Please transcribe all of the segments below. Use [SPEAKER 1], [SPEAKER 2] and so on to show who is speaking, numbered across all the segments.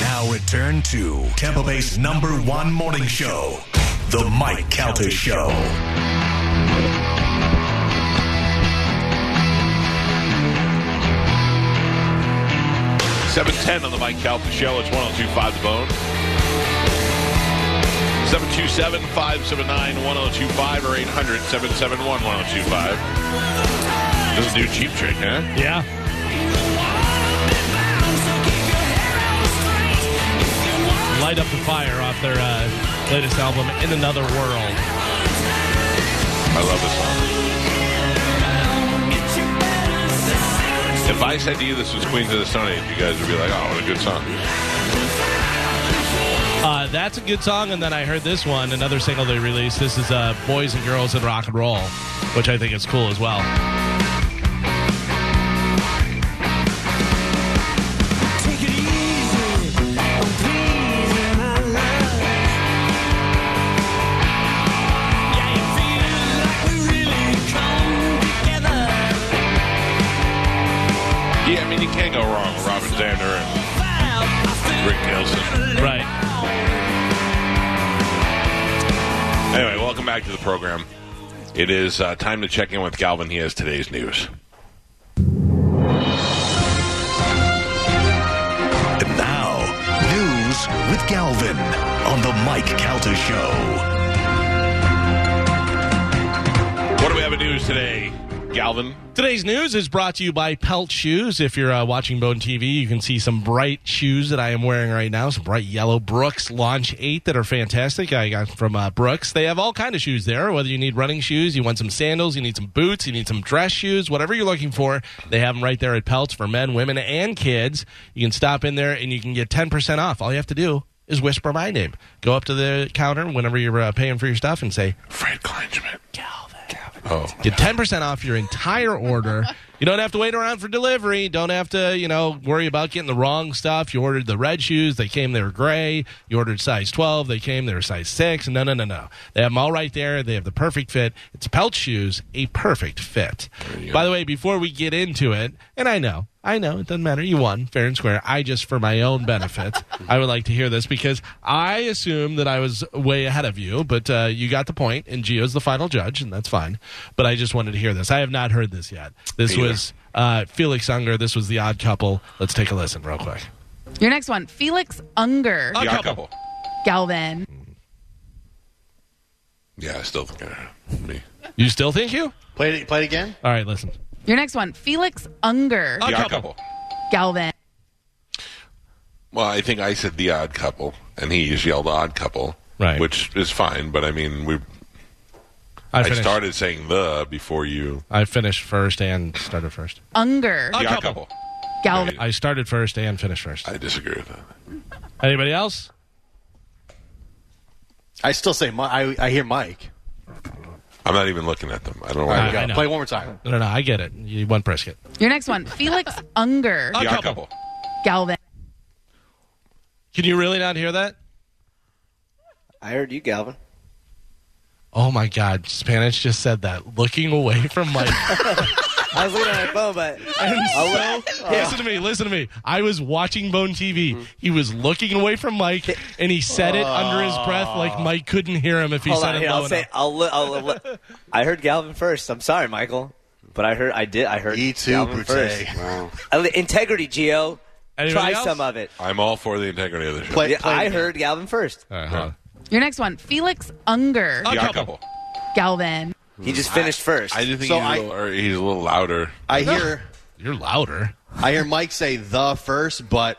[SPEAKER 1] now return to Tampa Bay's number one morning show, The Mike Calter Show.
[SPEAKER 2] Seven ten on the Mike Calvin Show. It's one zero two five the bone. 727-579-1025 or oh 800-771-1025. Doesn't do cheap trick, huh?
[SPEAKER 3] Yeah. Light up the fire off their uh, latest album, In Another World.
[SPEAKER 2] I love this song. If I said to you this was Queens of the Stone Age, you guys would be like, oh, what a good song.
[SPEAKER 3] Uh, that's a good song, and then I heard this one, another single they released. This is uh, Boys and Girls and Rock and Roll, which I think is cool as well.
[SPEAKER 4] Take it easy, I'm pleasing my love. Yeah, you feeling like we really come together.
[SPEAKER 2] Yeah, I mean, you can't go wrong with Robin Zander and Rick Nielsen.
[SPEAKER 3] Right.
[SPEAKER 2] Anyway, welcome back to the program. It is uh, time to check in with Galvin. He has today's news.
[SPEAKER 1] And now, news with Galvin on The Mike Calter Show.
[SPEAKER 2] What do we have in news today, Galvin?
[SPEAKER 3] Today's news is brought to you by Pelt Shoes. If you're uh, watching Bone TV, you can see some bright shoes that I am wearing right now. Some bright yellow Brooks Launch 8 that are fantastic. I got from uh, Brooks. They have all kind of shoes there. Whether you need running shoes, you want some sandals, you need some boots, you need some dress shoes, whatever you're looking for, they have them right there at Pelts for men, women, and kids. You can stop in there and you can get 10% off. All you have to do is whisper my name. Go up to the counter whenever you're uh, paying for your stuff and say,
[SPEAKER 2] Fred Kleinschmidt.
[SPEAKER 3] Galvin.
[SPEAKER 2] Oh,
[SPEAKER 3] Get 10% off your entire order. You don't have to wait around for delivery. Don't have to, you know, worry about getting the wrong stuff. You ordered the red shoes. They came, they were gray. You ordered size 12. They came, they were size 6. No, no, no, no. They have them all right there. They have the perfect fit. It's Pelt Shoes, a perfect fit. By the way, before we get into it, and I know, I know, it doesn't matter. You won fair and square. I just, for my own benefit, I would like to hear this because I assume that I was way ahead of you, but uh, you got the point, and Gio's the final judge, and that's fine. But I just wanted to hear this. I have not heard this yet. This
[SPEAKER 2] Me
[SPEAKER 3] was uh, Felix Unger. This was the odd couple. Let's take a listen real quick.
[SPEAKER 5] Your next one, Felix Unger,
[SPEAKER 3] Uh,
[SPEAKER 2] yeah, a
[SPEAKER 3] couple.
[SPEAKER 2] couple.
[SPEAKER 5] Galvin.
[SPEAKER 2] Yeah, I still think uh, me.
[SPEAKER 3] You still think you?
[SPEAKER 6] Play it, play it again.
[SPEAKER 3] All right, listen.
[SPEAKER 5] Your next one, Felix Unger,
[SPEAKER 3] A
[SPEAKER 2] yeah, a
[SPEAKER 3] couple.
[SPEAKER 2] couple.
[SPEAKER 5] Galvin.
[SPEAKER 2] Well, I think I said the odd couple, and he just yelled odd couple,
[SPEAKER 3] Right.
[SPEAKER 2] Which is fine, but I mean, we.
[SPEAKER 3] I
[SPEAKER 2] I,
[SPEAKER 3] finished.
[SPEAKER 2] started saying the before you.
[SPEAKER 3] I finished first and started first.
[SPEAKER 5] Unger,
[SPEAKER 3] A
[SPEAKER 2] yeah, a
[SPEAKER 3] couple.
[SPEAKER 2] couple.
[SPEAKER 5] Galvin.
[SPEAKER 3] I started first and finished first.
[SPEAKER 2] I disagree with that.
[SPEAKER 3] Anybody else?
[SPEAKER 6] I still say Mi- I, I hear Mike.
[SPEAKER 2] I'm not even looking at them. I don't know
[SPEAKER 3] All
[SPEAKER 2] why.
[SPEAKER 3] right, I know.
[SPEAKER 6] Play it one more time.
[SPEAKER 3] No, no, no. I get it. You won brisket.
[SPEAKER 5] Your next one, Felix Unger,
[SPEAKER 3] A
[SPEAKER 2] yeah, a
[SPEAKER 3] couple.
[SPEAKER 2] couple.
[SPEAKER 5] Galvin.
[SPEAKER 3] Can you really not hear that?
[SPEAKER 7] I heard you, Galvin.
[SPEAKER 3] Oh my God! Spanish just said that, looking away from Mike.
[SPEAKER 7] I was looking at my phone, but Oh,
[SPEAKER 3] And
[SPEAKER 7] uh,
[SPEAKER 3] so, listen to me, listen to me. I was watching Bone TV.
[SPEAKER 7] Mm-hmm.
[SPEAKER 3] He was looking away from Mike, and he said it under his breath, like Mike couldn't hear him if he
[SPEAKER 7] Uh, hold
[SPEAKER 3] said
[SPEAKER 7] on.
[SPEAKER 3] it
[SPEAKER 7] Here,
[SPEAKER 3] low
[SPEAKER 7] I'll
[SPEAKER 3] enough.
[SPEAKER 7] say I'll, li- I'll, li- I heard Galvin first. I'm sorry, Michael, but I heard I did. I heard
[SPEAKER 6] E two
[SPEAKER 7] Galvin first.
[SPEAKER 6] Brute.
[SPEAKER 7] I li- Integrity, Geo.
[SPEAKER 3] Anybody
[SPEAKER 7] Try
[SPEAKER 3] else?
[SPEAKER 7] some of it.
[SPEAKER 2] I'm all for the integrity of the show.
[SPEAKER 6] Play,
[SPEAKER 7] Yeah,
[SPEAKER 6] play it
[SPEAKER 7] I
[SPEAKER 6] again.
[SPEAKER 7] heard Galvin first.
[SPEAKER 3] All right, hold on.
[SPEAKER 5] Your next one, Felix Unger,
[SPEAKER 3] A
[SPEAKER 2] yeah, a
[SPEAKER 3] couple.
[SPEAKER 2] couple.
[SPEAKER 5] Galvin.
[SPEAKER 7] He just finished first.
[SPEAKER 2] I do think
[SPEAKER 6] So
[SPEAKER 2] he's,
[SPEAKER 6] I-
[SPEAKER 2] a little, or he's a little louder.
[SPEAKER 6] I hear
[SPEAKER 3] You're louder.
[SPEAKER 6] I hear Mike say the first, but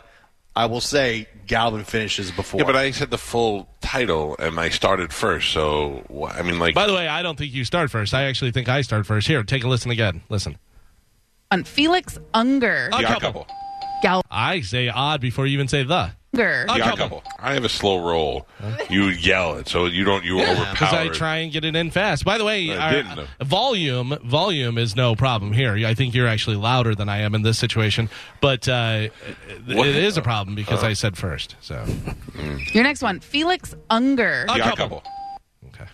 [SPEAKER 6] I will say Galvin finishes before.
[SPEAKER 2] Yeah, but I said the full title, and I started first. So wh- I mean, like,
[SPEAKER 3] By the way, I don't think you start first. I actually think I start first. Here, take a listen again. Listen.
[SPEAKER 5] On Felix Unger,
[SPEAKER 3] A
[SPEAKER 2] yeah, a
[SPEAKER 3] couple.
[SPEAKER 2] couple.
[SPEAKER 3] I say odd before you even say the.
[SPEAKER 5] Unger,
[SPEAKER 3] A
[SPEAKER 2] Yeah, a
[SPEAKER 3] couple.
[SPEAKER 2] couple. I have a slow roll. You yell it, so you don't. You
[SPEAKER 3] Because
[SPEAKER 2] overpower.
[SPEAKER 3] I
[SPEAKER 2] it.
[SPEAKER 3] try and get it in fast. By the way,
[SPEAKER 2] I
[SPEAKER 3] our-
[SPEAKER 2] didn't, though.
[SPEAKER 3] volume volume is no problem here. I think you're actually louder than I am in this situation, but uh,
[SPEAKER 2] What?
[SPEAKER 3] it is a problem because I said first. So
[SPEAKER 5] your next one, Felix Unger.
[SPEAKER 3] A
[SPEAKER 2] Yeah, a
[SPEAKER 3] couple.
[SPEAKER 2] couple.
[SPEAKER 3] okay.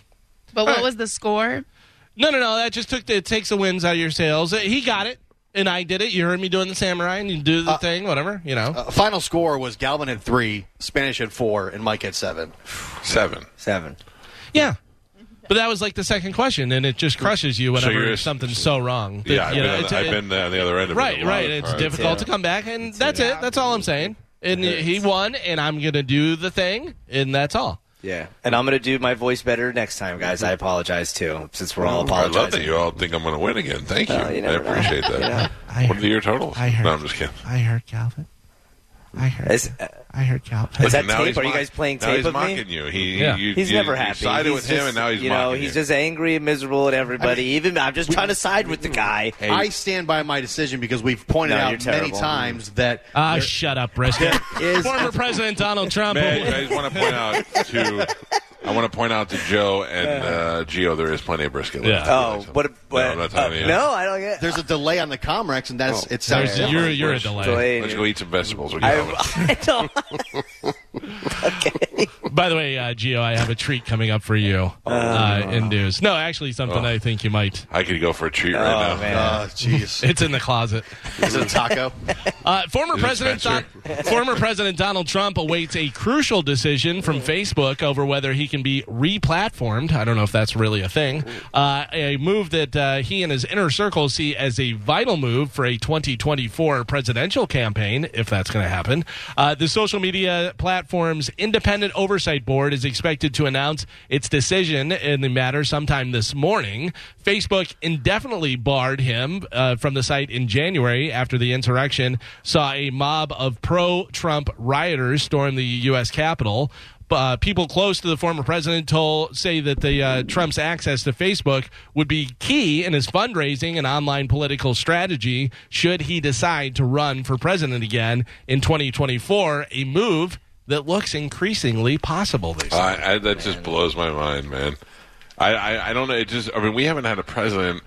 [SPEAKER 5] But what was the score?
[SPEAKER 3] No, no, no. That just took the, it takes the winds out of your sails. Uh, He got it. and I did it. You heard me doing the samurai, and you do the thing, whatever. You know,
[SPEAKER 6] Uh, final score was Galvin had three, Spanish had four, and Mike had seven.
[SPEAKER 2] Seven.
[SPEAKER 7] Seven.
[SPEAKER 3] yeah. But that was like the second question, and it just crushes you whenever
[SPEAKER 2] you're just-
[SPEAKER 3] something's so wrong. that,
[SPEAKER 2] Yeah, I've
[SPEAKER 3] you know,
[SPEAKER 2] been, on
[SPEAKER 3] it's-
[SPEAKER 2] the, I've
[SPEAKER 3] it-
[SPEAKER 2] been the, on the other end of it.
[SPEAKER 3] right,
[SPEAKER 2] a lot
[SPEAKER 3] right.
[SPEAKER 2] of
[SPEAKER 3] It's
[SPEAKER 2] times.
[SPEAKER 3] difficult to come back, and that's it. That's all I'm saying. And he won, and I'm gonna do the thing, and that's all.
[SPEAKER 7] Yeah. And I'm going to do my voice better next time, guys. I apologize too, since we're all
[SPEAKER 2] I
[SPEAKER 7] apologizing.
[SPEAKER 2] love that you all think I'm going to win again. Thank you.
[SPEAKER 7] you
[SPEAKER 2] I
[SPEAKER 7] never know.
[SPEAKER 2] appreciate that.
[SPEAKER 3] I
[SPEAKER 2] What are your totals?
[SPEAKER 3] I heard-
[SPEAKER 2] no, I'm just kidding.
[SPEAKER 3] I heard Calvin. I heard.
[SPEAKER 7] Is- uh,
[SPEAKER 3] I heard Calvin.
[SPEAKER 7] Is that
[SPEAKER 2] now
[SPEAKER 7] tape?
[SPEAKER 2] he's
[SPEAKER 7] Are you
[SPEAKER 2] mock-
[SPEAKER 7] guys playing
[SPEAKER 2] now
[SPEAKER 7] tape
[SPEAKER 2] he's
[SPEAKER 7] of me?
[SPEAKER 2] mocking you. He,
[SPEAKER 3] Yeah.
[SPEAKER 2] you,
[SPEAKER 7] He's
[SPEAKER 2] you-
[SPEAKER 7] never
[SPEAKER 2] you
[SPEAKER 7] happy.
[SPEAKER 2] sided
[SPEAKER 7] He's
[SPEAKER 2] with
[SPEAKER 7] just-
[SPEAKER 2] him, and now he's
[SPEAKER 7] you know
[SPEAKER 2] mocking
[SPEAKER 7] he's
[SPEAKER 2] you.
[SPEAKER 7] just angry and miserable at everybody. Even I'm just trying to side with the guy.
[SPEAKER 6] I stand by my decision because we've pointed
[SPEAKER 7] No,
[SPEAKER 6] out
[SPEAKER 7] you're
[SPEAKER 6] many
[SPEAKER 7] terrible.
[SPEAKER 6] times that
[SPEAKER 3] Ah, shut up, Briscoe.
[SPEAKER 6] is
[SPEAKER 3] Former President Donald Trump.
[SPEAKER 2] Man, I just want to point out to I want to point out to Joe and uh, Geo there is plenty of brisket. left.
[SPEAKER 3] Yeah.
[SPEAKER 7] Oh, what? A, what
[SPEAKER 2] No, I'm not telling
[SPEAKER 7] uh,
[SPEAKER 2] you.
[SPEAKER 7] no, I don't get.
[SPEAKER 6] there's a delay on the Comrex, and that's
[SPEAKER 7] Oh.
[SPEAKER 6] it
[SPEAKER 3] There's,
[SPEAKER 6] sounds different.
[SPEAKER 3] you're, you're a
[SPEAKER 2] Where's-
[SPEAKER 3] delay.
[SPEAKER 7] Delayed.
[SPEAKER 2] Let's go eat some vegetables. What do you call it?
[SPEAKER 7] I, I don't.
[SPEAKER 3] By the way, uh, Gio, I have a treat coming up for you uh, in news. No, actually, something I think you might.
[SPEAKER 2] I could go for a treat
[SPEAKER 7] Oh
[SPEAKER 2] right now.
[SPEAKER 7] man.
[SPEAKER 6] Uh, jeez,
[SPEAKER 3] It's in the closet.
[SPEAKER 6] is it a taco?
[SPEAKER 3] Uh, former
[SPEAKER 2] it
[SPEAKER 3] President Don- former President Donald Trump awaits a crucial decision from Facebook over whether he can be replatformed. I don't know if that's really a thing. Uh, a move that uh, he and his inner circle see as a vital move for a 2024 presidential campaign, if that's going to happen. Uh, the social media platform's independent oversight board is expected to announce its decision in the matter sometime this morning. Facebook indefinitely barred him uh, from the site in January after the insurrection saw a mob of pro Trump rioters storm the U.S. Capitol. Uh, people close to the former president told say that the uh, Trump's access to Facebook would be key in his fundraising and online political strategy should he decide to run for president again in 2024. A move that looks increasingly possible. They say.
[SPEAKER 2] I, I, that just blows my mind, man. I, I, I don't know. It just I mean we haven't had a president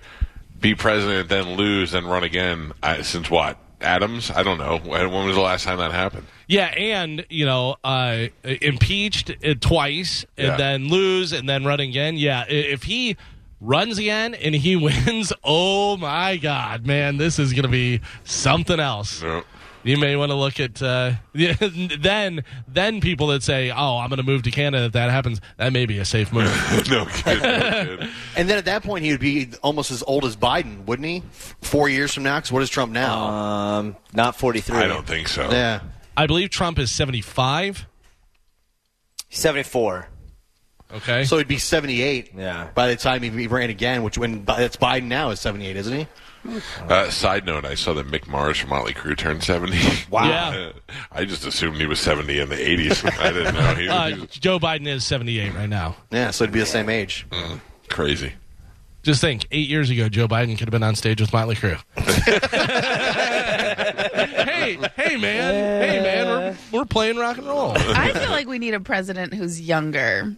[SPEAKER 2] be president, then lose, then run again I, since what Adams? I don't know. When when was the last time that happened?
[SPEAKER 3] Yeah, and you know, uh, impeached uh, twice, and
[SPEAKER 2] Yeah.
[SPEAKER 3] then lose, and then run again. Yeah, i- if he runs again and he wins, oh my God, man, this is going to be something else.
[SPEAKER 2] No.
[SPEAKER 3] You may want to look at uh, then then people that say, "Oh, I'm going to move to Canada." If that happens, that may be a safe move.
[SPEAKER 2] no kid. No kid.
[SPEAKER 6] And then at that point, he would be almost as old as Biden, wouldn't he? Four years from now, because what is Trump now?
[SPEAKER 7] Um, not 43.
[SPEAKER 2] I don't think so.
[SPEAKER 6] yeah,
[SPEAKER 3] I believe Trump is 75.
[SPEAKER 7] 74.
[SPEAKER 3] Okay,
[SPEAKER 6] so he'd be 78.
[SPEAKER 7] Yeah.
[SPEAKER 6] by the time he- he ran again, which when that's Biden now is 78, isn't he?
[SPEAKER 2] Uh, side note: I saw that Mick Mars from Motley Crue turned seventy.
[SPEAKER 7] Wow.
[SPEAKER 3] Yeah.
[SPEAKER 2] I just assumed he was seventy in the eighties. I didn't know he,
[SPEAKER 3] uh,
[SPEAKER 2] he was
[SPEAKER 3] Joe Biden is 78 right now.
[SPEAKER 6] Yeah, so it'd be the same age.
[SPEAKER 2] mm, crazy.
[SPEAKER 3] Just think, eight years ago, Joe Biden could have been on stage with Motley Crue. hey, hey, man, hey, man, we're, we're playing rock and roll.
[SPEAKER 5] I feel like we need a president who's younger.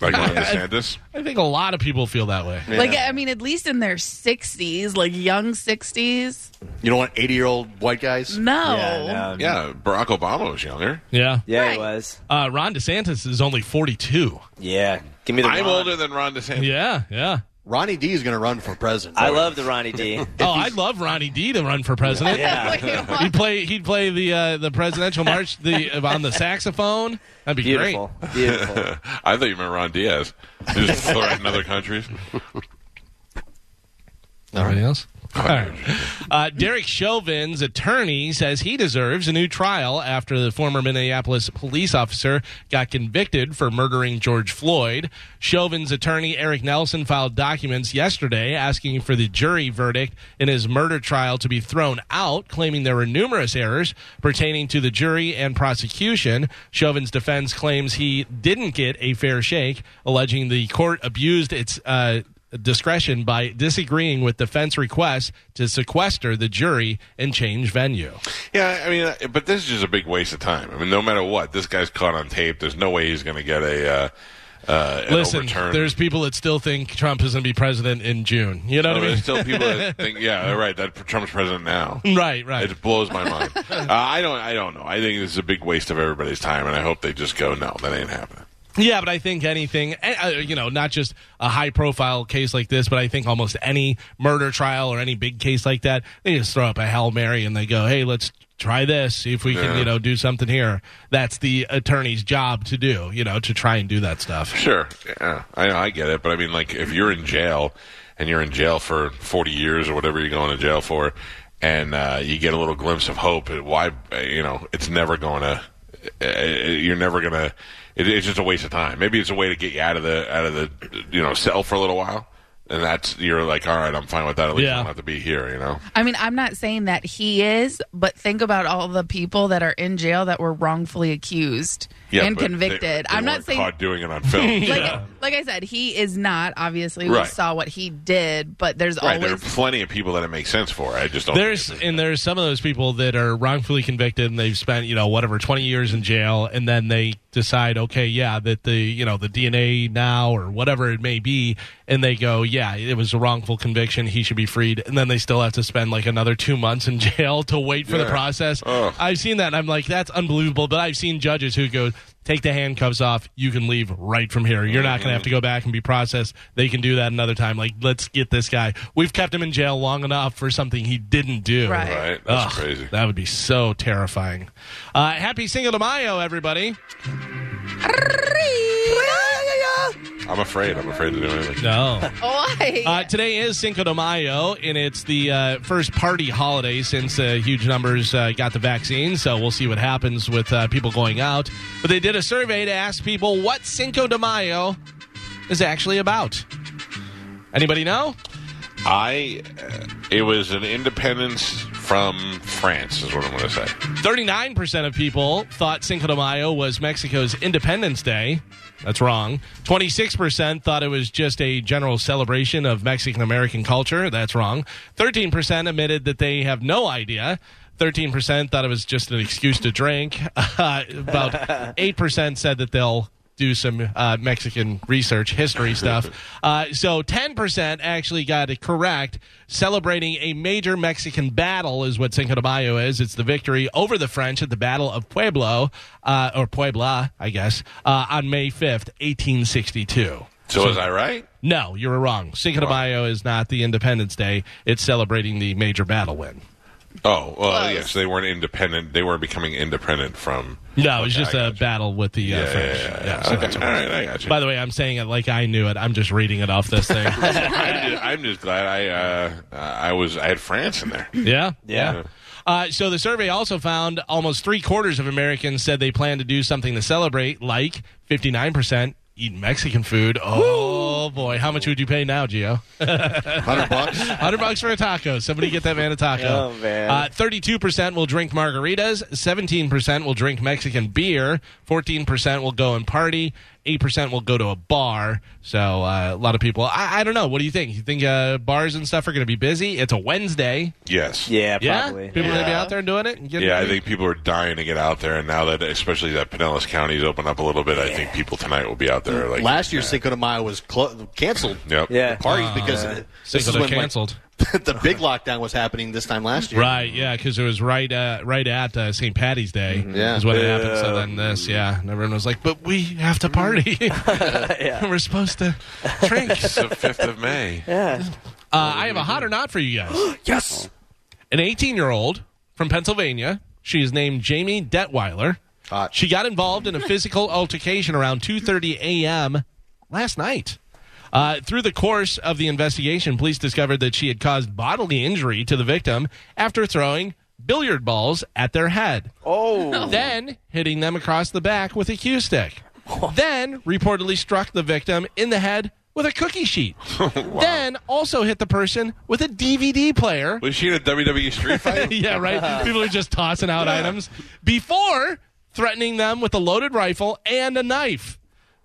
[SPEAKER 2] Like Ron DeSantis.
[SPEAKER 3] I think a lot of people feel that way.
[SPEAKER 5] Like, I mean, at least in their 60s, like young 60s.
[SPEAKER 6] You don't want 80 year old white guys.
[SPEAKER 5] No.
[SPEAKER 7] Yeah, no.
[SPEAKER 2] Yeah, Barack Obama was younger.
[SPEAKER 3] Yeah,
[SPEAKER 7] Yeah,
[SPEAKER 5] Right.
[SPEAKER 7] it was.
[SPEAKER 3] uh, Ron DeSantis is only forty-two.
[SPEAKER 7] Yeah. Give me the.
[SPEAKER 2] I'm
[SPEAKER 7] Ron.
[SPEAKER 2] older than Ron DeSantis.
[SPEAKER 3] Yeah, yeah.
[SPEAKER 6] Ronnie D is going to run for president.
[SPEAKER 7] I love the Ronnie D.
[SPEAKER 3] Oh, I'd love Ronnie D to run for president.
[SPEAKER 7] Yeah.
[SPEAKER 5] Like, you
[SPEAKER 3] He'd
[SPEAKER 5] want-
[SPEAKER 3] play. He'd play the uh, the presidential march the, on the saxophone. That'd be
[SPEAKER 7] Beautiful. Beautiful.
[SPEAKER 2] I thought you meant Ron Diaz. He was threatening other countries.
[SPEAKER 3] great. Everybody else. All right. Uh, Derek Chauvin's attorney says he deserves a new trial after the former Minneapolis police officer got convicted for murdering George Floyd. Chauvin's attorney, Eric Nelson, filed documents yesterday asking for the jury verdict in his murder trial to be thrown out, claiming there were numerous errors pertaining to the jury and prosecution. Chauvin's defense claims he didn't get a fair shake, alleging the court abused its. Uh, discretion by disagreeing with defense requests to sequester the jury and change venue.
[SPEAKER 2] Yeah, I mean, uh, but this is just a big waste of time. I mean, no matter what, this guy's caught on tape. There's no way he's going to get a uh, uh, an
[SPEAKER 3] Listen,
[SPEAKER 2] overturn.
[SPEAKER 3] there's people that still think Trump is going to be president in June. You know
[SPEAKER 2] Oh,
[SPEAKER 3] what I
[SPEAKER 2] there's still people that think, yeah, they're right. That Trump's president now.
[SPEAKER 3] mean? Right, right.
[SPEAKER 2] It blows my mind. uh, I don't. I don't know. I think this is a big waste of everybody's time, and I hope they just go. No, that ain't happening.
[SPEAKER 3] Yeah, but I think anything, eh, uh, you know, not just a high profile case like this, but I think almost any murder trial or any big case like that, they just throw up a Hail Mary and they go, hey, let's try this, see if we can, you know, do something here. That's the attorney's job to do, you know, to try and do that stuff.
[SPEAKER 2] Sure, yeah, I, I get it, but I mean, like, if you're in jail and you're in jail for 40 years or whatever you're going to jail for, and uh, you get a little glimpse of hope, eh, why, eh, you know, it's never going to, you're never going to. It, it's just a waste of time. Maybe it's a way to get you out of the out of the you know cell for a little while, and that's you're like, all right, I'm fine with that. At least
[SPEAKER 3] Yeah.
[SPEAKER 2] I don't have to be here, you know.
[SPEAKER 5] I mean, I'm not saying that he is, but think about all the people that are in jail that were wrongfully accused and
[SPEAKER 2] but they-
[SPEAKER 5] convicted.
[SPEAKER 2] they
[SPEAKER 5] I'm not
[SPEAKER 2] weren't
[SPEAKER 5] saying
[SPEAKER 2] caught doing it on film.
[SPEAKER 5] like like I said, he is not. Obviously, we
[SPEAKER 2] Right.
[SPEAKER 5] saw what he did, but there's
[SPEAKER 2] Right, there are
[SPEAKER 5] always
[SPEAKER 2] plenty of people that it makes sense for. I just don't.
[SPEAKER 3] There's and there's some of those people that are wrongfully convicted and they've spent you know whatever 20 years in jail and then they decide okay yeah that the you know the DNA now or whatever it may be and they go yeah it was a wrongful conviction he should be freed and then they still have to spend like another 2 months in jail to wait for the
[SPEAKER 2] Yeah.
[SPEAKER 3] process.
[SPEAKER 2] Ugh.
[SPEAKER 3] I've seen that and I'm like that's unbelievable but I've seen judges who go take the handcuffs off you can leave right from here you're not going to have to go back and be processed they can do that another time like let's get this guy we've kept him in jail long enough for something he didn't do
[SPEAKER 5] Right.
[SPEAKER 2] right. That's
[SPEAKER 3] Ugh,
[SPEAKER 2] crazy.
[SPEAKER 3] that would be so terrifying uh, happy Cinco de Mayo everybody
[SPEAKER 2] I'm afraid. I'm afraid to do anything.
[SPEAKER 3] no
[SPEAKER 5] Why?
[SPEAKER 3] Uh, today is Cinco de Mayo, and it's the uh, first party holiday since uh, huge numbers uh, got the vaccine. So we'll see what happens with uh, people going out. But they did a survey to ask people what Cinco de Mayo is actually about. Anybody know?
[SPEAKER 2] I. Uh, it was an independence from France, is what I'm going to say.
[SPEAKER 3] 39% of people thought Cinco de Mayo was Mexico's Independence Day. That's wrong. 26% thought it was just a general celebration of Mexican American culture. That's wrong. 13% admitted that they have no idea. 13% thought it was just an excuse to drink. Uh, about 8% said that they'll do some uh, Mexican research, history stuff. Uh, so 10% actually got it correct. Celebrating a major Mexican battle is what Cinco de Mayo is. It's the victory over the French at the Battle of Pueblo, uh, or Puebla, I guess, uh, on May 5th, 1862.
[SPEAKER 2] So, was I right?
[SPEAKER 3] No, you were wrong. Cinco de Mayo is not the Independence Day. It's celebrating the major battle win.
[SPEAKER 2] Oh, well,
[SPEAKER 5] Close.
[SPEAKER 2] yes. They weren't independent. They weren't becoming independent from.
[SPEAKER 3] No, it was
[SPEAKER 2] Okay,
[SPEAKER 3] just
[SPEAKER 2] I
[SPEAKER 3] a
[SPEAKER 2] gotcha.
[SPEAKER 3] battle with the uh,
[SPEAKER 2] Yeah, yeah, yeah,
[SPEAKER 3] French. so
[SPEAKER 2] yeah. Okay,
[SPEAKER 3] that's
[SPEAKER 2] all
[SPEAKER 3] all right.
[SPEAKER 2] right, I got you.
[SPEAKER 3] By the way, I'm saying it like I knew it. I'm just reading it off this thing.
[SPEAKER 2] I'm, just, I'm just glad I. Uh, I was. I had France in there.
[SPEAKER 3] Yeah.
[SPEAKER 7] Yeah.
[SPEAKER 3] Uh, so the survey also found almost three quarters of Americans said they plan to do something to celebrate, like 59% eat Mexican food. Oh, boy. How much would you pay now, Gio?
[SPEAKER 6] Hundred bucks.
[SPEAKER 3] 100 bucks for a taco. Somebody get that man a taco.
[SPEAKER 7] Oh, man.
[SPEAKER 3] Uh, 32% will drink margaritas. 17% will drink Mexican beer. 14% will go and party. 8% will go to a bar. So uh, a lot of people. I, I don't know. What do you think? You think uh, bars and stuff are going to be busy? It's a Wednesday.
[SPEAKER 2] Yes.
[SPEAKER 7] Yeah,
[SPEAKER 3] Yeah,
[SPEAKER 7] probably.
[SPEAKER 3] people gonna be out there doing it. And getting
[SPEAKER 2] Yeah, I think people are dying to get out there, and now that especially that Pinellas County's opened up a little bit, I think people tonight will be out there. Like
[SPEAKER 6] Last year's Cinco de Mayo was clo- canceled.
[SPEAKER 2] Yep.
[SPEAKER 7] Yeah.
[SPEAKER 6] Parties because uh, this
[SPEAKER 3] Cinco de
[SPEAKER 6] is when like,
[SPEAKER 3] canceled.
[SPEAKER 6] the big lockdown was happening this time last year.
[SPEAKER 3] Right, yeah, because it was right, uh, right at uh, St. Patty's Day
[SPEAKER 6] Yeah.
[SPEAKER 3] is when it happened. So then this, yeah, and everyone was like, "But we have to party. We're supposed to drink."
[SPEAKER 2] It's the fifth of May.
[SPEAKER 3] Uh, I have a hot or not for you guys.
[SPEAKER 7] Yes.
[SPEAKER 3] An 18-year-old from Pennsylvania. She is named Jamie Detweiler.
[SPEAKER 6] Hot.
[SPEAKER 3] She got involved in a physical altercation around 2:30 a.m. last night. Uh, through the course of the investigation, police discovered that she had caused bodily injury to the victim after throwing billiard balls at their head.
[SPEAKER 7] Oh.
[SPEAKER 3] Then hitting them across the back with a cue stick. Then reportedly struck the victim in the head with a cookie sheet. Then also hit the person with a DVD player.
[SPEAKER 2] Was she in a WWE street fight?
[SPEAKER 3] yeah, right? People are just tossing out items before threatening them with a loaded rifle and a knife.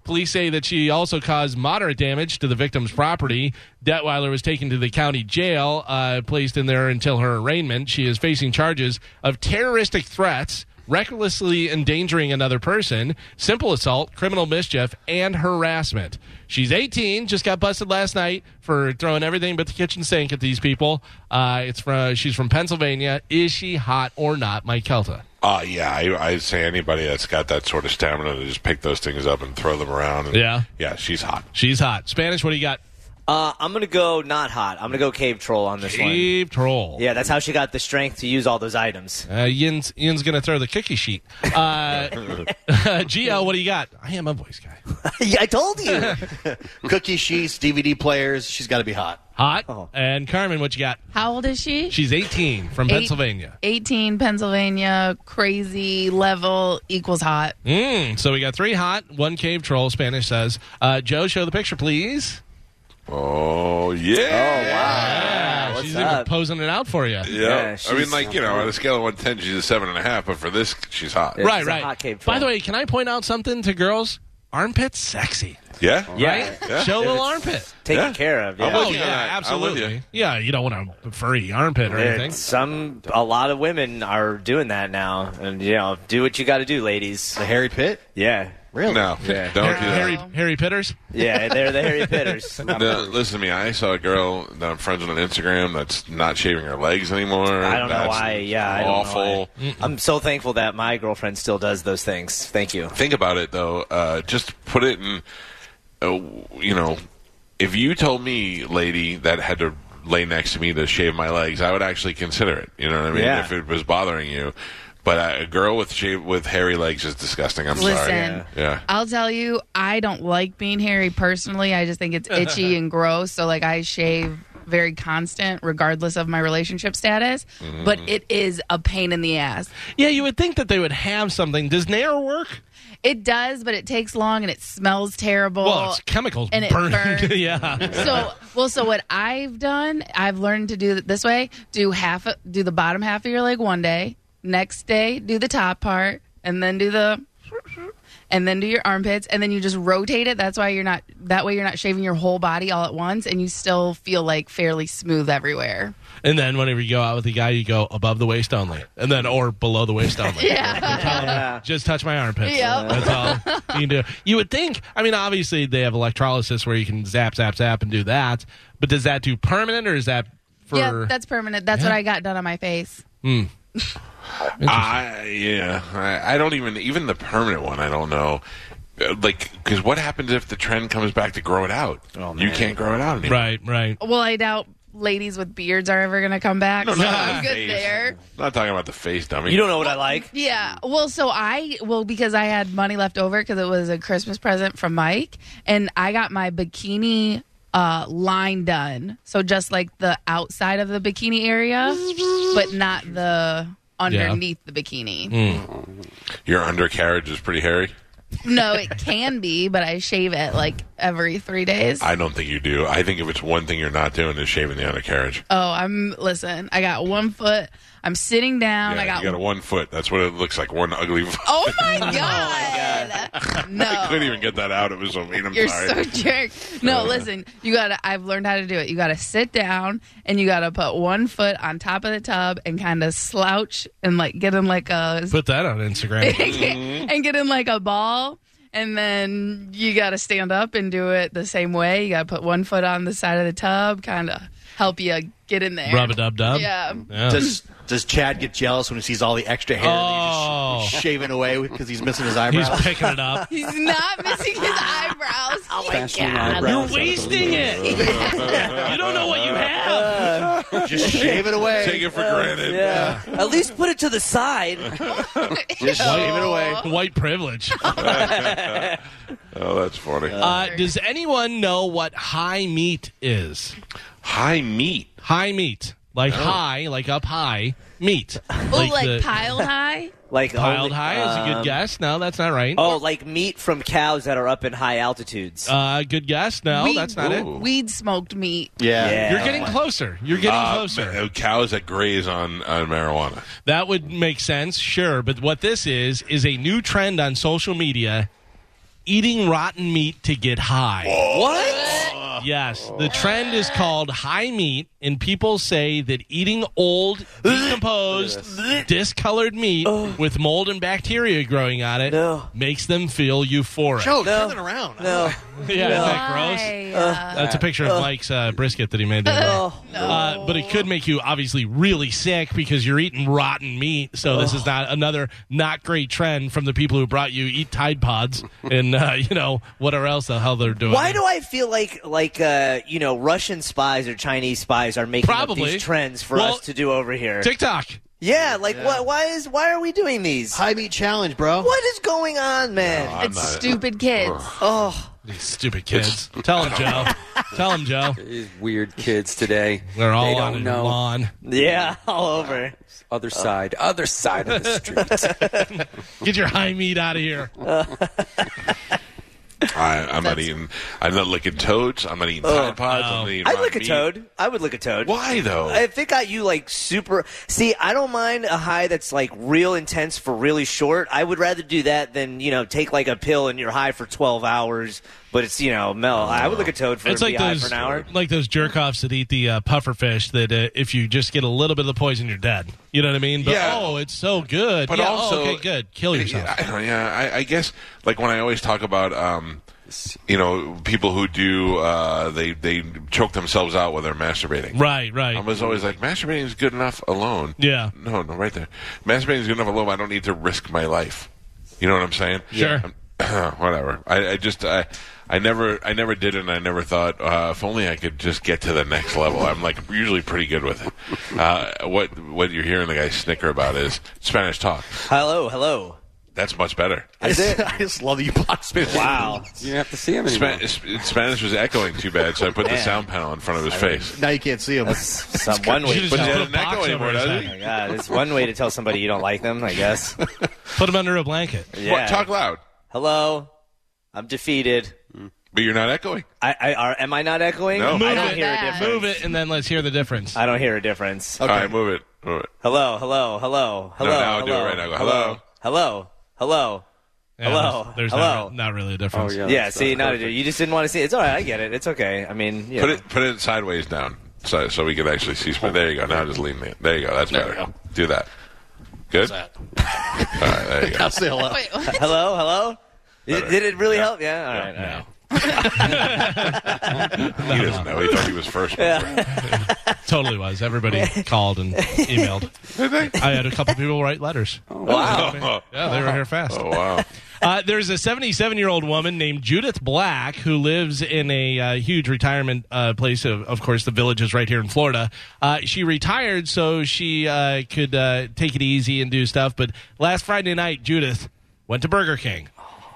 [SPEAKER 3] Police say that she also caused moderate damage to the victim's property. Detweiler was taken to the county jail, uh, placed in there until her arraignment. She is facing charges of terroristic threats, recklessly endangering another person, simple assault, criminal mischief, and harassment. She's 18, just got busted last night for throwing everything but the kitchen sink at these people. Uh, it's from she's from Pennsylvania. Is she hot or not, Mike Kelta?
[SPEAKER 2] Uh, yeah, I, I'd say anybody that's got that sort of stamina to just pick those things up and throw them around. and-
[SPEAKER 3] Yeah.
[SPEAKER 2] Yeah, she's hot.
[SPEAKER 3] She's hot. Spanish, what do you got?
[SPEAKER 7] Uh, I'm gonna go not hot. I'm gonna go cave troll on this one.
[SPEAKER 3] Eve Troll.
[SPEAKER 7] Yeah, that's how she got the strength to use all those items.
[SPEAKER 3] Uh, Yin's, Yin's going to throw the cookie sheet. Uh, Gio, what do you got? I am a voice guy.
[SPEAKER 7] yeah, I told you.
[SPEAKER 6] Cookie sheets, DVD players. She's got to be hot.
[SPEAKER 3] Hot.
[SPEAKER 7] Oh.
[SPEAKER 3] And Carmen, what you got?
[SPEAKER 5] How old is she?
[SPEAKER 3] She's 18 from
[SPEAKER 5] Eight-
[SPEAKER 3] Pennsylvania.
[SPEAKER 5] 18, Pennsylvania, crazy level equals hot.
[SPEAKER 3] Mm, so we got three hot, one cave troll, Spanish says. Uh, Joe, show the picture, please.
[SPEAKER 2] Oh, yeah.
[SPEAKER 3] Yeah,
[SPEAKER 7] what's
[SPEAKER 3] She's even
[SPEAKER 7] up?
[SPEAKER 3] posing it out for you.
[SPEAKER 2] Yeah.
[SPEAKER 7] Yeah,
[SPEAKER 2] I mean,
[SPEAKER 7] she's-
[SPEAKER 2] like, you know, on a scale of 110, she's a 7.5, but for this, she's hot.
[SPEAKER 7] Yeah.
[SPEAKER 3] Right,
[SPEAKER 7] She's a
[SPEAKER 3] right.
[SPEAKER 7] hot cave
[SPEAKER 3] By
[SPEAKER 7] troll.
[SPEAKER 3] the way, can I point out something to girls? Armpits sexy.
[SPEAKER 2] Yeah?
[SPEAKER 7] yeah,
[SPEAKER 2] Yeah.
[SPEAKER 3] Show a little
[SPEAKER 7] It's-
[SPEAKER 3] armpit.
[SPEAKER 7] taken
[SPEAKER 2] Yeah.
[SPEAKER 7] care of.
[SPEAKER 2] I'm with
[SPEAKER 7] Yeah.
[SPEAKER 3] Oh,
[SPEAKER 2] you
[SPEAKER 3] yeah,
[SPEAKER 2] on that. I'm with
[SPEAKER 3] absolutely.
[SPEAKER 2] you.
[SPEAKER 3] Yeah, you don't want a furry armpit or anything.
[SPEAKER 7] It's- Some a lot of women are doing that now, and you know, do what you got to do, ladies.
[SPEAKER 6] The Harry Pitt.
[SPEAKER 7] Yeah,
[SPEAKER 6] Really?
[SPEAKER 2] No,
[SPEAKER 7] Yeah.
[SPEAKER 2] don't do that.
[SPEAKER 3] Harry, Harry Pitters?
[SPEAKER 7] yeah, they're the Harry Pitters.
[SPEAKER 2] No, listen to me. I saw a girl that I'm friends with on Instagram that's not shaving her legs anymore.
[SPEAKER 7] I don't know
[SPEAKER 2] That's
[SPEAKER 7] why. Yeah, I don't know
[SPEAKER 2] awful.
[SPEAKER 7] why. I'm so thankful that my girlfriend still does those things. Thank you.
[SPEAKER 2] Think about it though. Uh, just put it in. Uh, you know, if you told me, lady, that had to lay next to me to shave my legs, I would actually consider it. You know what I mean?
[SPEAKER 7] Yeah.
[SPEAKER 2] If it was bothering you. But uh, a girl with shave with hairy legs is disgusting. I'm
[SPEAKER 5] Listen,
[SPEAKER 2] sorry. Yeah.
[SPEAKER 5] I'll tell you, I don't like being hairy personally. I just think it's itchy and gross. So, like, I shave very constant, regardless of my relationship status. But
[SPEAKER 3] Mm.
[SPEAKER 5] it is a pain in the ass.
[SPEAKER 3] Yeah, you would think that they would have something. Does Nair work?
[SPEAKER 5] It does, but it takes long and it smells terrible.
[SPEAKER 3] Well, it's chemicals
[SPEAKER 5] and it
[SPEAKER 3] burning.
[SPEAKER 5] burns.
[SPEAKER 3] yeah.
[SPEAKER 5] so well so what i've done i've learned to do it this way do half of- do the bottom half of your leg one day next day do the top part and then do the and then do your armpits and then you just rotate it that's why you're not that way you're not shaving your whole body all at once and you still feel like fairly smooth everywhere
[SPEAKER 3] And then whenever you go out with the guy, you go above the waist only, and then or below the waist only.
[SPEAKER 7] Yeah.
[SPEAKER 3] Just touch my armpits.
[SPEAKER 5] Yep.
[SPEAKER 3] That's all you can do. You would think. I mean, obviously they have electrolysis where you can zap, zap, zap, and do that. But does that do permanent, or is that for?
[SPEAKER 5] yeah that's permanent that's what i got done on my face
[SPEAKER 2] I, yeah, I, I don't even even the permanent one. I don't know, Uh, like because what happens if the trend comes back to grow it out?
[SPEAKER 7] Oh,
[SPEAKER 2] You can't grow it out anymore.
[SPEAKER 3] right, right.
[SPEAKER 5] well i doubt ladies with beards are ever going to come back so i'm
[SPEAKER 2] the
[SPEAKER 5] good
[SPEAKER 2] face.
[SPEAKER 5] there
[SPEAKER 2] I'm not talking about the face dummy.
[SPEAKER 7] You don't know what I like.
[SPEAKER 5] Yeah. Well, so I well because I had money left over because it was a Christmas present from Mike, and I got my bikini uh, line done. So just like the outside of the bikini area, but not the underneath the bikini.
[SPEAKER 2] Mm. Your undercarriage is pretty hairy.
[SPEAKER 5] No, it can be, but I shave it like every three days.
[SPEAKER 2] I don't think you do. I think if it's one thing you're not doing is shaving the undercarriage.
[SPEAKER 5] oh, I'm listen. I got one foot. I'm sitting down. I
[SPEAKER 2] yeah,
[SPEAKER 5] got.
[SPEAKER 2] you got a one foot. That's what it looks like. One ugly. foot.
[SPEAKER 5] Oh my god! No,
[SPEAKER 2] I couldn't even get that out. It was so mean. I'm
[SPEAKER 5] You're
[SPEAKER 2] sorry.
[SPEAKER 5] so jerk. No, listen. You gotta. I've learned how to do it. You gotta sit down and you gotta put one foot on top of the tub and kind of slouch and like get in like a
[SPEAKER 3] Put that on Instagram.
[SPEAKER 5] and get in like a ball. And then you gotta stand up and do it the same way. You gotta put one foot on the side of the tub, kind of help you get in there.
[SPEAKER 3] Rub a dub dub.
[SPEAKER 5] Yeah.
[SPEAKER 3] Oh.
[SPEAKER 6] Does Does Chad get jealous when he sees all the extra hair that
[SPEAKER 3] Oh.
[SPEAKER 6] he's shaving away because he's missing his
[SPEAKER 3] He's
[SPEAKER 6] eyebrows?
[SPEAKER 3] picking it up.
[SPEAKER 5] He's not missing his eyebrows. Oh my
[SPEAKER 3] You're wasting it. you don't know what you have.
[SPEAKER 6] Just shave it away.
[SPEAKER 2] Take it for granted.
[SPEAKER 7] Yeah. At least put it to the side.
[SPEAKER 6] Just shave it away.
[SPEAKER 3] White privilege.
[SPEAKER 2] Oh, that's funny.
[SPEAKER 3] Uh, does anyone know what high meat is?
[SPEAKER 2] High meat.
[SPEAKER 3] High meat, like
[SPEAKER 7] Oh.
[SPEAKER 3] high, like up high meat.
[SPEAKER 5] Oh, like,
[SPEAKER 3] the-
[SPEAKER 5] pile high.
[SPEAKER 7] Like
[SPEAKER 3] piled
[SPEAKER 7] only-
[SPEAKER 3] high is a
[SPEAKER 7] um,
[SPEAKER 3] good guess. No, that's not right.
[SPEAKER 7] Oh, like meat from cows that are up in high altitudes.
[SPEAKER 3] Uh, good guess. No,
[SPEAKER 5] Weed-
[SPEAKER 3] that's not
[SPEAKER 2] Ooh.
[SPEAKER 3] it.
[SPEAKER 5] Weed smoked meat.
[SPEAKER 6] Yeah.
[SPEAKER 7] Yeah.
[SPEAKER 3] You're getting closer. You're getting
[SPEAKER 2] Uh,
[SPEAKER 3] closer.
[SPEAKER 2] ma- cows that graze on, on marijuana.
[SPEAKER 3] That would make sense, sure. But what this is is a new trend on social media: eating rotten meat to get high.
[SPEAKER 7] what?
[SPEAKER 3] Yes, the trend is called high meat, and people say that eating old, decomposed, discolored meat with mold and bacteria growing on it
[SPEAKER 7] No.
[SPEAKER 3] makes them feel euphoric.
[SPEAKER 6] Joe,
[SPEAKER 7] No.
[SPEAKER 6] turn it around.
[SPEAKER 7] No.
[SPEAKER 3] yeah, isn't that gross?
[SPEAKER 5] Why?
[SPEAKER 3] That's a picture of Mike's uh, brisket that he made. The other day. Uh, but it could make you obviously really sick because you're eating rotten meat. So this is not another not great trend from the people who brought you eat Tide Pods and uh, you know whatever else the hell they're doing.
[SPEAKER 7] Why do I feel like like uh, you know Russian spies or Chinese spies are making up
[SPEAKER 3] Probably.
[SPEAKER 7] these trends for
[SPEAKER 3] Well,
[SPEAKER 7] us to do over here?
[SPEAKER 3] TikTok?
[SPEAKER 7] yeah, like what? Why is why are we doing these?
[SPEAKER 6] High meat challenge, bro.
[SPEAKER 7] What is going on, man?
[SPEAKER 2] I'm
[SPEAKER 5] It's
[SPEAKER 2] not-
[SPEAKER 5] stupid kids.
[SPEAKER 7] Oh,
[SPEAKER 3] These stupid kids. Tell them, Joe. Tell them, Joe.
[SPEAKER 8] These weird kids today.
[SPEAKER 3] They're all
[SPEAKER 8] they
[SPEAKER 3] on
[SPEAKER 8] don't
[SPEAKER 3] the
[SPEAKER 8] know.
[SPEAKER 3] lawn.
[SPEAKER 7] yeah, all over.
[SPEAKER 8] Other side. Other side of the street.
[SPEAKER 3] Get your high meat out of here.
[SPEAKER 2] I, I'm not eating. I'm not licking toads. I'm not eating Tide Pods. I'm not eating
[SPEAKER 7] I'd
[SPEAKER 2] raw
[SPEAKER 7] look a
[SPEAKER 2] meat.
[SPEAKER 7] toad. I would look a toad.
[SPEAKER 2] Why though?
[SPEAKER 7] If it got you like super, see, I don't mind a high that's like real intense for really short. I would rather do that than you know take like a pill and you're high for twelve hours. But it's you know Mel, I would look a toad for
[SPEAKER 3] It's
[SPEAKER 7] be
[SPEAKER 3] like
[SPEAKER 7] high
[SPEAKER 3] those uh,
[SPEAKER 7] for an hour.
[SPEAKER 3] like those jerk offs that eat the uh, puffer fish. That uh, if you just get a little bit of the poison, you're dead. You know what I mean? But
[SPEAKER 2] Yeah.
[SPEAKER 3] oh, it's so good.
[SPEAKER 2] But
[SPEAKER 3] Yeah, oh,
[SPEAKER 2] also,
[SPEAKER 3] okay, good. Kill yourself.
[SPEAKER 2] Yeah, I, don't know, yeah, I, I guess like when I always talk about, um, you know, people who do uh, they they choke themselves out while they're masturbating.
[SPEAKER 3] Right, right.
[SPEAKER 2] I was always like, masturbating is good enough alone.
[SPEAKER 3] Yeah.
[SPEAKER 2] No, no, right there. Masturbating is good enough alone. I don't need to risk my life. You know what I'm saying?
[SPEAKER 3] Sure.
[SPEAKER 2] I'm- whatever. I, I just I, I never I never did it. and I never thought uh, if only I could just get to the next level. I'm like usually pretty good with it. Uh, what what you're hearing the guy snicker about is Spanish talk.
[SPEAKER 7] Hello, hello.
[SPEAKER 2] That's much better.
[SPEAKER 6] I just, I just love that you bought Spanish.
[SPEAKER 7] Wow.
[SPEAKER 8] you don't have to see him anymore.
[SPEAKER 2] Spa- Sp- Spanish was echoing too bad, so I put the sound panel in front of his face.
[SPEAKER 6] Now you can't see him.
[SPEAKER 7] Some one
[SPEAKER 3] You
[SPEAKER 7] way.
[SPEAKER 3] just
[SPEAKER 2] But
[SPEAKER 3] put
[SPEAKER 2] he
[SPEAKER 3] a
[SPEAKER 2] doesn't
[SPEAKER 3] box
[SPEAKER 2] echo
[SPEAKER 3] over
[SPEAKER 2] anymore,
[SPEAKER 3] his
[SPEAKER 2] does
[SPEAKER 3] head.
[SPEAKER 2] he?
[SPEAKER 7] Oh, God, it's one way to tell somebody you don't like them, I guess.
[SPEAKER 3] Put him under a blanket.
[SPEAKER 7] Yeah.
[SPEAKER 2] What, talk loud,
[SPEAKER 7] Hello, I'm defeated.
[SPEAKER 2] but you're not echoing.
[SPEAKER 7] I, I are, am I not echoing?
[SPEAKER 2] No.
[SPEAKER 7] I
[SPEAKER 3] Move
[SPEAKER 7] don't
[SPEAKER 3] it.
[SPEAKER 7] hear a
[SPEAKER 5] Bad.
[SPEAKER 7] difference.
[SPEAKER 3] Move it, and then let's hear the difference.
[SPEAKER 7] I don't hear a difference.
[SPEAKER 2] All right, move it. Move it.
[SPEAKER 7] Hello, hello, hello, hello.
[SPEAKER 2] No, now I'll do
[SPEAKER 7] hello,
[SPEAKER 2] it right now. Go,
[SPEAKER 7] hello, hello,
[SPEAKER 3] Yeah,
[SPEAKER 7] hello,
[SPEAKER 3] There's, there's
[SPEAKER 7] hello.
[SPEAKER 3] Not, re- not really a
[SPEAKER 8] Oh,
[SPEAKER 3] difference.
[SPEAKER 8] yeah.
[SPEAKER 7] hello. Yeah,
[SPEAKER 8] that's,
[SPEAKER 7] see,
[SPEAKER 8] uh,
[SPEAKER 7] no, dude, you just didn't want to see. it. It's all right. I get it. It's okay. I mean, you
[SPEAKER 2] Put
[SPEAKER 7] know.
[SPEAKER 2] it put it sideways down, so so we can actually see. Sp- there you go. Now just lean it. There you go. That's better. Do that. Good. All right, there you go.
[SPEAKER 6] I'll say hello.
[SPEAKER 5] Wait, what?
[SPEAKER 7] Hello, hello. Did,
[SPEAKER 2] Better.
[SPEAKER 7] did it really help? Yeah. All right. all right.
[SPEAKER 2] He doesn't know. He thought he was first.
[SPEAKER 3] Totally was. Everybody called and emailed. I had a couple people write letters.
[SPEAKER 2] Oh, Wow.
[SPEAKER 3] Yeah, they were here fast.
[SPEAKER 2] Oh wow.
[SPEAKER 3] Uh, there's a 77 year old woman named Judith Black who lives in a uh, huge retirement uh, place. Of, of course, the village is right here in Florida. Uh, she retired so she uh, could uh, take it easy and do stuff. But last Friday night, Judith went to Burger King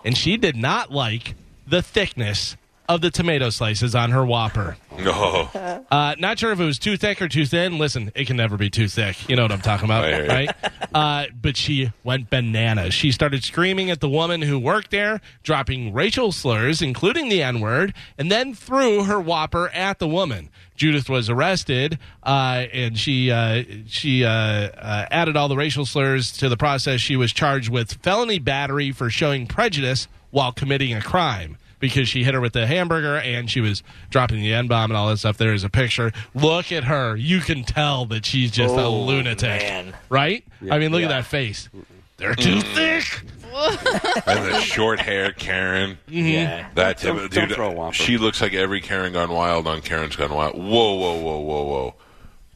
[SPEAKER 3] and she did not like the thickness of the tomato slices on her Whopper.
[SPEAKER 2] No.
[SPEAKER 3] Uh, not sure if it was too thick or too thin. Listen, it can never be too thick. You know what I'm talking about,
[SPEAKER 2] I hear you.
[SPEAKER 3] right? Uh, but she went bananas. She started screaming at the woman who worked there, dropping racial slurs, including the N word, and then threw her whopper at the woman. Judith was arrested, uh, and she uh, she uh, uh, added all the racial slurs to the process. She was charged with felony battery for showing prejudice while committing a crime because she hit her with the hamburger and she was dropping the N bomb and all that stuff. There is a picture. Look at her. You can tell that she's just a lunatic.
[SPEAKER 7] man.
[SPEAKER 3] Right? I mean, look at that face. They're too thick.
[SPEAKER 2] And the short hair, Karen.
[SPEAKER 3] Mm-hmm.
[SPEAKER 8] yeah.
[SPEAKER 2] That
[SPEAKER 8] Don't-
[SPEAKER 2] type-
[SPEAKER 8] don't
[SPEAKER 2] dude,
[SPEAKER 8] throw a whopper.
[SPEAKER 2] she looks like every Karen gone wild on Karen's gone wild. Whoa, whoa, whoa, whoa, whoa!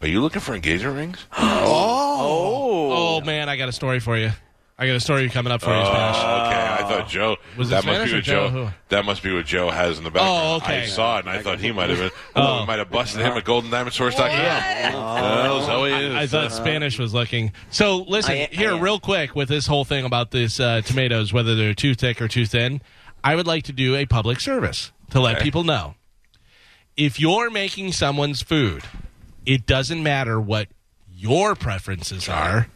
[SPEAKER 2] Are you looking for engagement rings?
[SPEAKER 3] Oh, man, I got a story for you. I got a story coming up for you, Spanish.
[SPEAKER 2] Oh, okay, I thought Joe.
[SPEAKER 3] Was it
[SPEAKER 2] that must
[SPEAKER 3] Spanish
[SPEAKER 2] be
[SPEAKER 3] or
[SPEAKER 2] what Joe.
[SPEAKER 3] Joe? Who?
[SPEAKER 2] That must be what Joe has in the background.
[SPEAKER 3] Oh, okay.
[SPEAKER 2] I saw it and I thought he might have been. Oh, we might have busted him at GoldenDiamondSource.com. Oh, Zoe is.
[SPEAKER 3] I thought Spanish was looking. So listen
[SPEAKER 7] I- I
[SPEAKER 3] here,
[SPEAKER 7] am.
[SPEAKER 3] real quick, with this whole thing about this uh, tomatoes, whether they're too thick or too thin. I would like to do a public service to let people know. If you're making someone's food, it doesn't matter what your preferences are.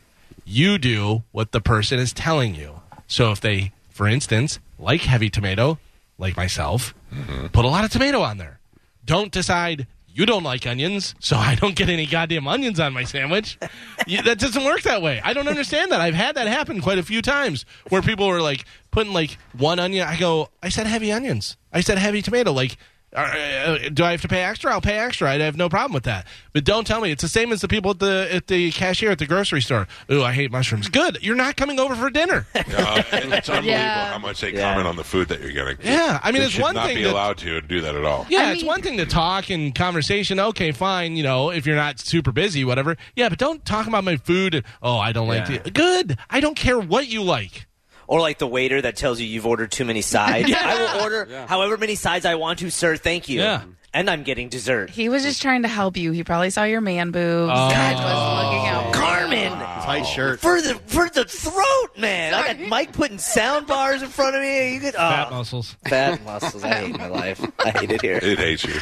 [SPEAKER 3] You do what the person is telling you. So if they, for instance, like heavy tomato, like myself, put a lot of tomato on there. Don't decide you don't like onions, so I don't get any goddamn onions on my sandwich. You- that doesn't work that way. I don't understand that. I've had that happen quite a few times where people were like putting like one onion. I go, I said heavy onions. I said heavy tomato. Like All right, uh, Do I have to pay extra? I'll pay extra. I'd have no problem with that. But don't tell me it's the same as the people at the at the cashier at the grocery store. Ooh, I hate mushrooms. Good, you're not coming over for dinner.
[SPEAKER 2] Uh, it's unbelievable
[SPEAKER 5] Yeah.
[SPEAKER 2] how much they
[SPEAKER 7] Yeah.
[SPEAKER 2] comment on the food that you're getting.
[SPEAKER 3] Yeah, I mean,
[SPEAKER 2] They
[SPEAKER 3] it's
[SPEAKER 2] should
[SPEAKER 3] one
[SPEAKER 2] not
[SPEAKER 3] thing
[SPEAKER 2] be
[SPEAKER 3] to-
[SPEAKER 2] allowed to do that at all.
[SPEAKER 3] Yeah,
[SPEAKER 5] I
[SPEAKER 3] it's
[SPEAKER 5] mean-
[SPEAKER 3] one thing to talk and conversation. Okay, fine. You know, if you're not super busy, whatever. Yeah, but don't talk about my food. And, oh, I don't like
[SPEAKER 7] Yeah.
[SPEAKER 3] the Good. I don't care what you like.
[SPEAKER 7] Or like the waiter that tells you you've ordered too many sides. I will order however many sides I want to, sir. Thank you.
[SPEAKER 3] Yeah.
[SPEAKER 7] And I'm getting dessert.
[SPEAKER 5] He was just trying to help you. He probably saw your man boobs. God was looking out.
[SPEAKER 7] Carmen,
[SPEAKER 6] Tight
[SPEAKER 7] Oh,
[SPEAKER 6] shirt.
[SPEAKER 7] for the for the throat, man. I got Mike putting sound bars in front of me. You could,
[SPEAKER 3] Fat
[SPEAKER 7] oh,
[SPEAKER 3] muscles.
[SPEAKER 7] fat muscles. I hate my life. I hate it here.
[SPEAKER 2] It hates you.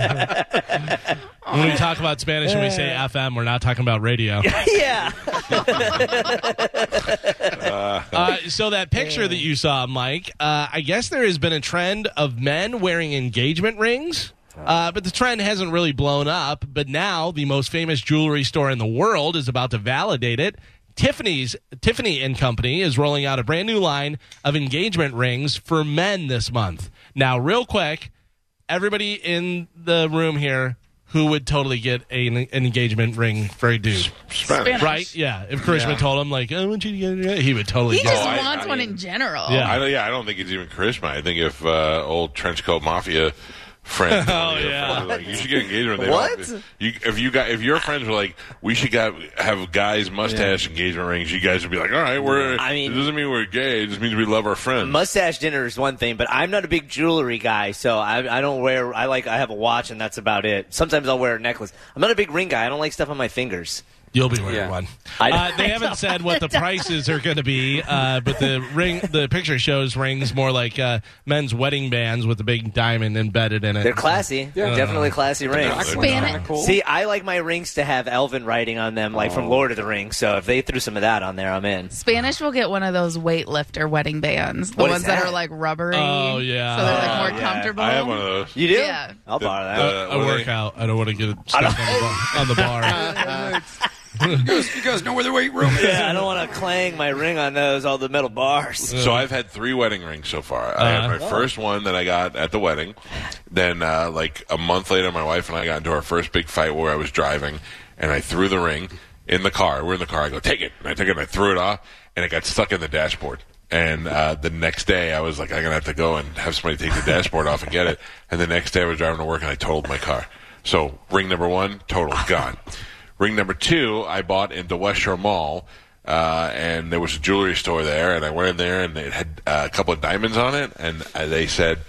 [SPEAKER 3] When we talk about Spanish and we say FM, we're not talking about radio.
[SPEAKER 7] yeah.
[SPEAKER 3] Uh, so that picture that you saw, Mike, uh, I guess there has been a trend of men wearing engagement rings. Uh, but the trend hasn't really blown up. But now the most famous jewelry store in the world is about to validate it. Tiffany's Tiffany and Company is rolling out a brand new line of engagement rings for men this month. Now, real quick, everybody in the room here who would totally get a, an engagement ring for a dude,
[SPEAKER 2] Spanish.
[SPEAKER 3] right? Yeah, if Krishna told him like, "I want you to get," it," he would totally.
[SPEAKER 5] He
[SPEAKER 3] get
[SPEAKER 5] just
[SPEAKER 2] I-
[SPEAKER 5] wants
[SPEAKER 2] I-
[SPEAKER 5] one in general.
[SPEAKER 3] Yeah.
[SPEAKER 2] I don't, yeah, I don't think it's even charisma. I think if uh, old trenchcoat mafia friend,
[SPEAKER 3] Oh,
[SPEAKER 2] your
[SPEAKER 3] yeah.
[SPEAKER 2] friend, like, you should get engagement. They
[SPEAKER 7] What?
[SPEAKER 2] don't- You, if you got if your friends were like, we should got, have guys mustache engagement rings. You guys would be like, all right, we're.
[SPEAKER 7] I mean-
[SPEAKER 2] it doesn't mean we're gay. It just means we love our friends.
[SPEAKER 7] Mustache dinner is one thing, but I'm not a big jewelry guy, so I, I don't wear. I like I have a watch, and that's about it. Sometimes I'll wear a necklace. I'm not a big ring guy. I don't like stuff on my fingers.
[SPEAKER 3] You'll be wearing
[SPEAKER 8] Yeah.
[SPEAKER 3] one.
[SPEAKER 7] I-
[SPEAKER 3] Uh, they haven't said what the prices are going to be, uh, but the ring, the picture shows rings more like uh, men's wedding bands with a big diamond embedded in it.
[SPEAKER 7] They're classy.
[SPEAKER 8] Yeah.
[SPEAKER 7] Definitely classy rings.
[SPEAKER 2] Exactly.
[SPEAKER 5] Spanish.
[SPEAKER 8] Kinda cool. Oh.
[SPEAKER 7] See, I like my rings to have Elvin writing on them, like from Lord of the Rings. So if they threw some of that on there, I'm in.
[SPEAKER 5] Spanish will get one of those weightlifter wedding bands, the
[SPEAKER 7] What is
[SPEAKER 5] ones that?
[SPEAKER 7] that?
[SPEAKER 5] are like rubbery.
[SPEAKER 3] Oh, yeah.
[SPEAKER 5] so they're like
[SPEAKER 7] Oh,
[SPEAKER 5] more
[SPEAKER 7] yeah.
[SPEAKER 5] comfortable.
[SPEAKER 2] I have one of those.
[SPEAKER 7] You do?
[SPEAKER 5] Yeah.
[SPEAKER 7] I'll borrow that.
[SPEAKER 2] The- what
[SPEAKER 3] a
[SPEAKER 2] are they?
[SPEAKER 3] workout. I don't want to get it stuck on the bar. On the bar.
[SPEAKER 8] you guys know where the weight room is.
[SPEAKER 7] yeah, I don't want to clang my ring on those all the metal bars.
[SPEAKER 2] So I've had three wedding rings so far. I had my first one that I got at the wedding. Then, uh, like a month later, my wife and I got into our first big fight where I was driving, and I threw the ring in the car. We're in the car. I go, take it. And I took it and I threw it off, and it got stuck in the dashboard. And uh, the next day, I was like, I'm gonna have to go and have somebody take the dashboard off and get it. And the next day, I was driving to work and I totaled my car. So ring number one, total gone. Ring number two, I bought in the West Shore Mall, uh, and there was a jewelry store there, and I went in there, and it had uh, a couple of diamonds on it, and uh, they said,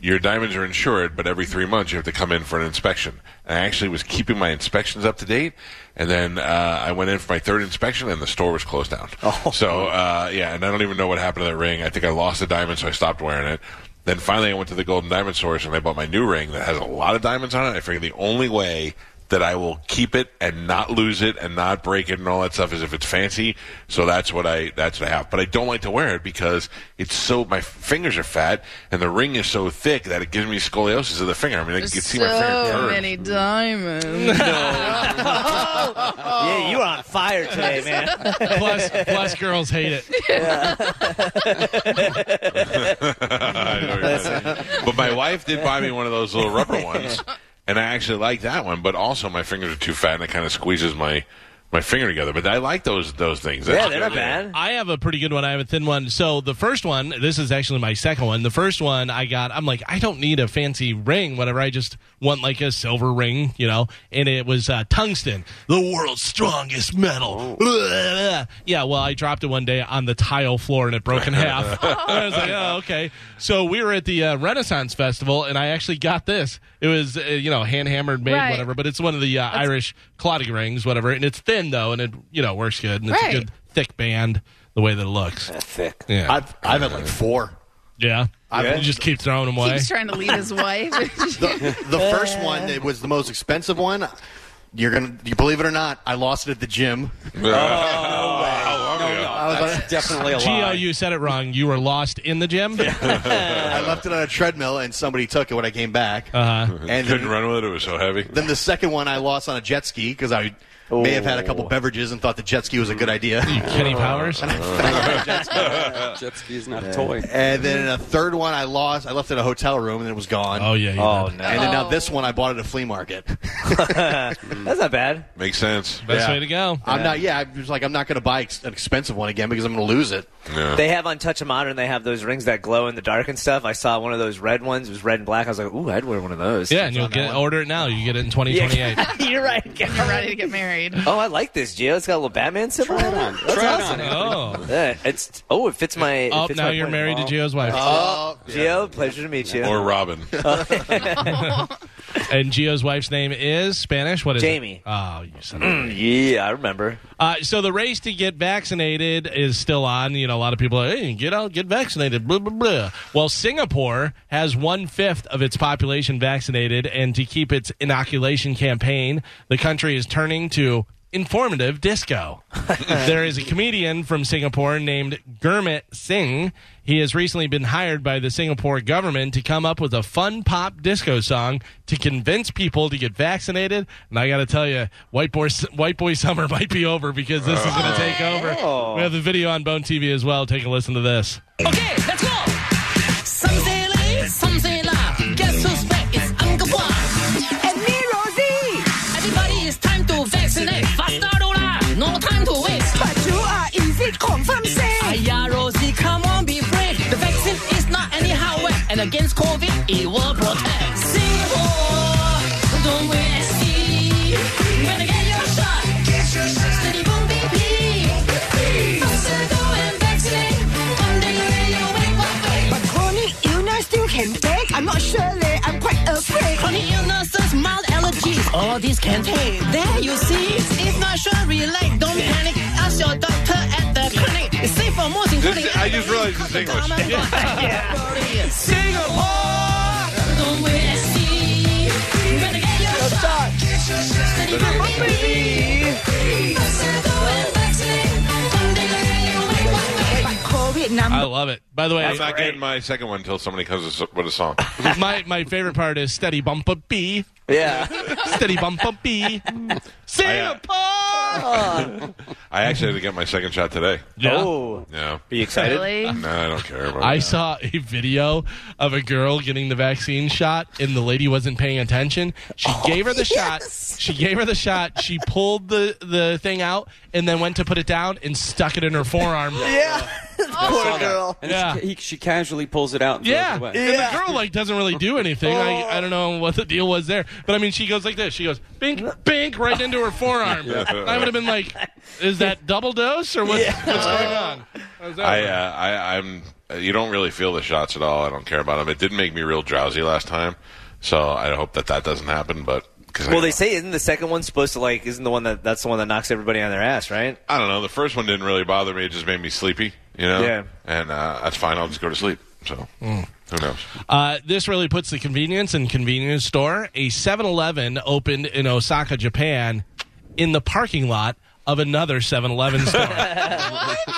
[SPEAKER 2] "Your diamonds are insured, but every three months you have to come in for an inspection." And I actually was keeping my inspections up to date, and then uh, I went in for my third inspection, and the store was closed down. So uh, yeah, and I don't even know what happened to that ring. I think I lost the diamond, so I stopped wearing it. Then finally, I went to the Golden Diamond Source and I bought my new ring that has a lot of diamonds on it. I figured the only way that I will keep it and not lose it and not break it and all that stuff is if it's fancy. So that's what I that's what I have. But I don't like to wear it because it's so my fingers are fat and the ring is so thick that it gives me scoliosis of the finger. I mean, I can see
[SPEAKER 5] so
[SPEAKER 2] my finger curve.
[SPEAKER 5] many diamonds.
[SPEAKER 8] Oh.
[SPEAKER 7] Yeah, you are on fire today, man.
[SPEAKER 3] plus, plus, girls hate it.
[SPEAKER 2] I know you're right. but my wife did buy me one of those little rubber ones, and I actually like that one. But also, my fingers are too fat, and it kind of squeezes my my finger together. But I like those those things. That's
[SPEAKER 7] Yeah, they're not
[SPEAKER 2] good.
[SPEAKER 7] bad.
[SPEAKER 3] I have a pretty good one. I have a thin one. So the first one, this is actually my second one. The first one I got, I'm like, I don't need a fancy ring, whatever. I just want like a silver ring, you know. And it was uh, tungsten, the world's strongest metal. Yeah, well, I dropped it one day on the tile floor and it broke in half. And I was like, oh, okay. So we were at the uh, Renaissance Festival, and I actually got this. It was, uh, you know, hand hammered, made,
[SPEAKER 5] Right.
[SPEAKER 3] whatever. But it's one of the uh, Irish clotting rings, whatever. And it's thin though, and it you know works good. And it's
[SPEAKER 5] Right.
[SPEAKER 3] a good thick band the way that it looks.
[SPEAKER 8] Thick.
[SPEAKER 3] Yeah.
[SPEAKER 6] I've, I've had like four.
[SPEAKER 3] yeah.
[SPEAKER 6] Yeah.
[SPEAKER 3] You just keep throwing them away.
[SPEAKER 5] He's trying to lead his wife.
[SPEAKER 6] The, the first one that was the most expensive one. You're gonna, you believe it or not, I lost it at the gym.
[SPEAKER 7] Oh,
[SPEAKER 2] How long ago?
[SPEAKER 6] I, was like-
[SPEAKER 8] Definitely a
[SPEAKER 3] Geo,
[SPEAKER 8] lie.
[SPEAKER 3] you said it wrong. You were lost in the gym.
[SPEAKER 6] I left it on a treadmill, and somebody took it when I came back.
[SPEAKER 3] Uh-huh.
[SPEAKER 6] And
[SPEAKER 2] Couldn't
[SPEAKER 6] then,
[SPEAKER 2] run with it. It was so heavy.
[SPEAKER 6] then the second one I lost on a jet ski because I May have had a couple beverages and thought the jet ski was a good idea.
[SPEAKER 3] Kenny
[SPEAKER 7] Uh-huh.
[SPEAKER 3] Powers.
[SPEAKER 8] Jet ski is not a toy.
[SPEAKER 6] And then a third one I lost. I left it in a hotel room and then it was gone.
[SPEAKER 3] Oh yeah. You
[SPEAKER 7] Oh
[SPEAKER 3] did.
[SPEAKER 7] no,
[SPEAKER 6] And then now this one I bought at a flea market.
[SPEAKER 7] that's not bad.
[SPEAKER 2] Makes sense.
[SPEAKER 3] Best
[SPEAKER 6] Yeah.
[SPEAKER 3] way to go.
[SPEAKER 6] I'm not. Yeah, I was like, I'm not going to buy ex- an expensive one again because I'm going to lose it.
[SPEAKER 2] Yeah.
[SPEAKER 7] They have on Touch of Modern. They have those rings that glow in the dark and stuff. I saw one of those red ones. It was red and black. I was like, ooh, I'd wear one of those.
[SPEAKER 3] Yeah, and you'll get order it now. You get it in 2028.
[SPEAKER 7] you're right.
[SPEAKER 5] We're ready to get married.
[SPEAKER 7] Oh, I like this, Gio. It's got a little Batman symbol.
[SPEAKER 8] Try it on.
[SPEAKER 7] That's
[SPEAKER 8] Try it
[SPEAKER 7] awesome.
[SPEAKER 8] on.
[SPEAKER 3] oh.
[SPEAKER 7] Yeah, it's oh, it fits my. it
[SPEAKER 3] Oh,
[SPEAKER 7] fits
[SPEAKER 3] now
[SPEAKER 7] my
[SPEAKER 3] you're
[SPEAKER 7] point.
[SPEAKER 3] married to Gio's wife.
[SPEAKER 6] Uh,
[SPEAKER 7] Oh, Gio, pleasure to meet you.
[SPEAKER 2] Or Robin.
[SPEAKER 3] and Gio's wife's name is Spanish. What is
[SPEAKER 7] Jamie.
[SPEAKER 3] it? Oh, you son of a-
[SPEAKER 7] Mm, yeah, I remember.
[SPEAKER 3] Uh, so the race to get vaccinated is still on. You know, a lot of people are, hey, get out, get vaccinated, blah, blah, blah. Well, Singapore has one fifth of its population vaccinated, and to keep its inoculation campaign, the country is turning to informative disco. there is a comedian from Singapore named Gurmit Singh. He has recently been hired by the Singapore government to come up with a fun pop disco song to convince people to get vaccinated. And I got to tell you, white boy, white boy summer might be over because this is going to take over. We have the video on Bone TV as well. Take a listen to this.
[SPEAKER 4] Okay, let's go. Some say lay, some say la. Guess who's back? It's Uncle Bob. And me, Rosie. Everybody, it's time to vaccinate. Faster, Lola. No time to waste. But you are easy, confirm say. Aya, Rosie, come on, be brave. The vaccine is not anyhow wet. And against COVID, it will protect. Singapore, don't wait and see. Better get your shot. Get your shot. Steady, boom, beep, beep. Faster, go and vaccinate. One day you will wake up.
[SPEAKER 9] But chronic illness still can take. I'm not sure, leh. I'm quite afraid.
[SPEAKER 4] Chronic illnesses, mild allergies, all these can take. There you see. If not sure, relax, don't panic. Ask your doctor at the clinic. It's safe for most, including.
[SPEAKER 2] This- I just realized it's English.
[SPEAKER 4] Don't wait and see. Better get your shot. Steady bump, baby. Faster go and vaccinate. One day you'll wake up.
[SPEAKER 9] But COVID number.
[SPEAKER 3] I love it. By the way,
[SPEAKER 2] I'm not getting my second one until somebody comes with so- with a song.
[SPEAKER 3] my, my favorite part is steady bump up B,
[SPEAKER 7] Yeah,
[SPEAKER 3] steady bump up B. Singapore!
[SPEAKER 2] I actually had to get my second shot today.
[SPEAKER 3] Yeah.
[SPEAKER 7] Oh.
[SPEAKER 2] Yeah.
[SPEAKER 7] are you excited?
[SPEAKER 5] Really?
[SPEAKER 2] No, I don't care about
[SPEAKER 3] I
[SPEAKER 2] it.
[SPEAKER 3] saw a video of a girl getting the vaccine shot, and the lady wasn't paying attention. She gave her the shot. She gave her the shot. She pulled the, the thing out and then went to put it down and stuck it in her forearm. Yeah.
[SPEAKER 7] Poor girl.
[SPEAKER 8] And
[SPEAKER 3] Yeah.
[SPEAKER 8] she, he, she casually pulls it out. And
[SPEAKER 3] Yeah.
[SPEAKER 8] Throws it away.
[SPEAKER 3] And the girl, like, doesn't really do anything. I, I don't know what the deal was there. But, I mean, she goes like this. She goes, bink, bink, right into her forearm. And I would have been like, is that double dose or what's, what's going on? I was
[SPEAKER 2] I,
[SPEAKER 3] over.
[SPEAKER 2] uh, I, I'm. uh, You don't really feel the shots at all. I don't care about them. It did make me real drowsy last time, so I hope that that doesn't happen. But cause I,
[SPEAKER 7] Well, they say isn't the second one supposed to like? Isn't the one that that's the one that knocks everybody on their ass, right?
[SPEAKER 2] I don't know. The first one didn't really bother me. It just made me sleepy. You know.
[SPEAKER 7] Yeah. Mm.
[SPEAKER 2] And uh, that's fine. I'll just go to sleep. So who knows?
[SPEAKER 3] Uh, this really puts the convenience in convenience store. A 7 Eleven opened in Osaka, Japan, in the parking lot of another 7 Eleven store.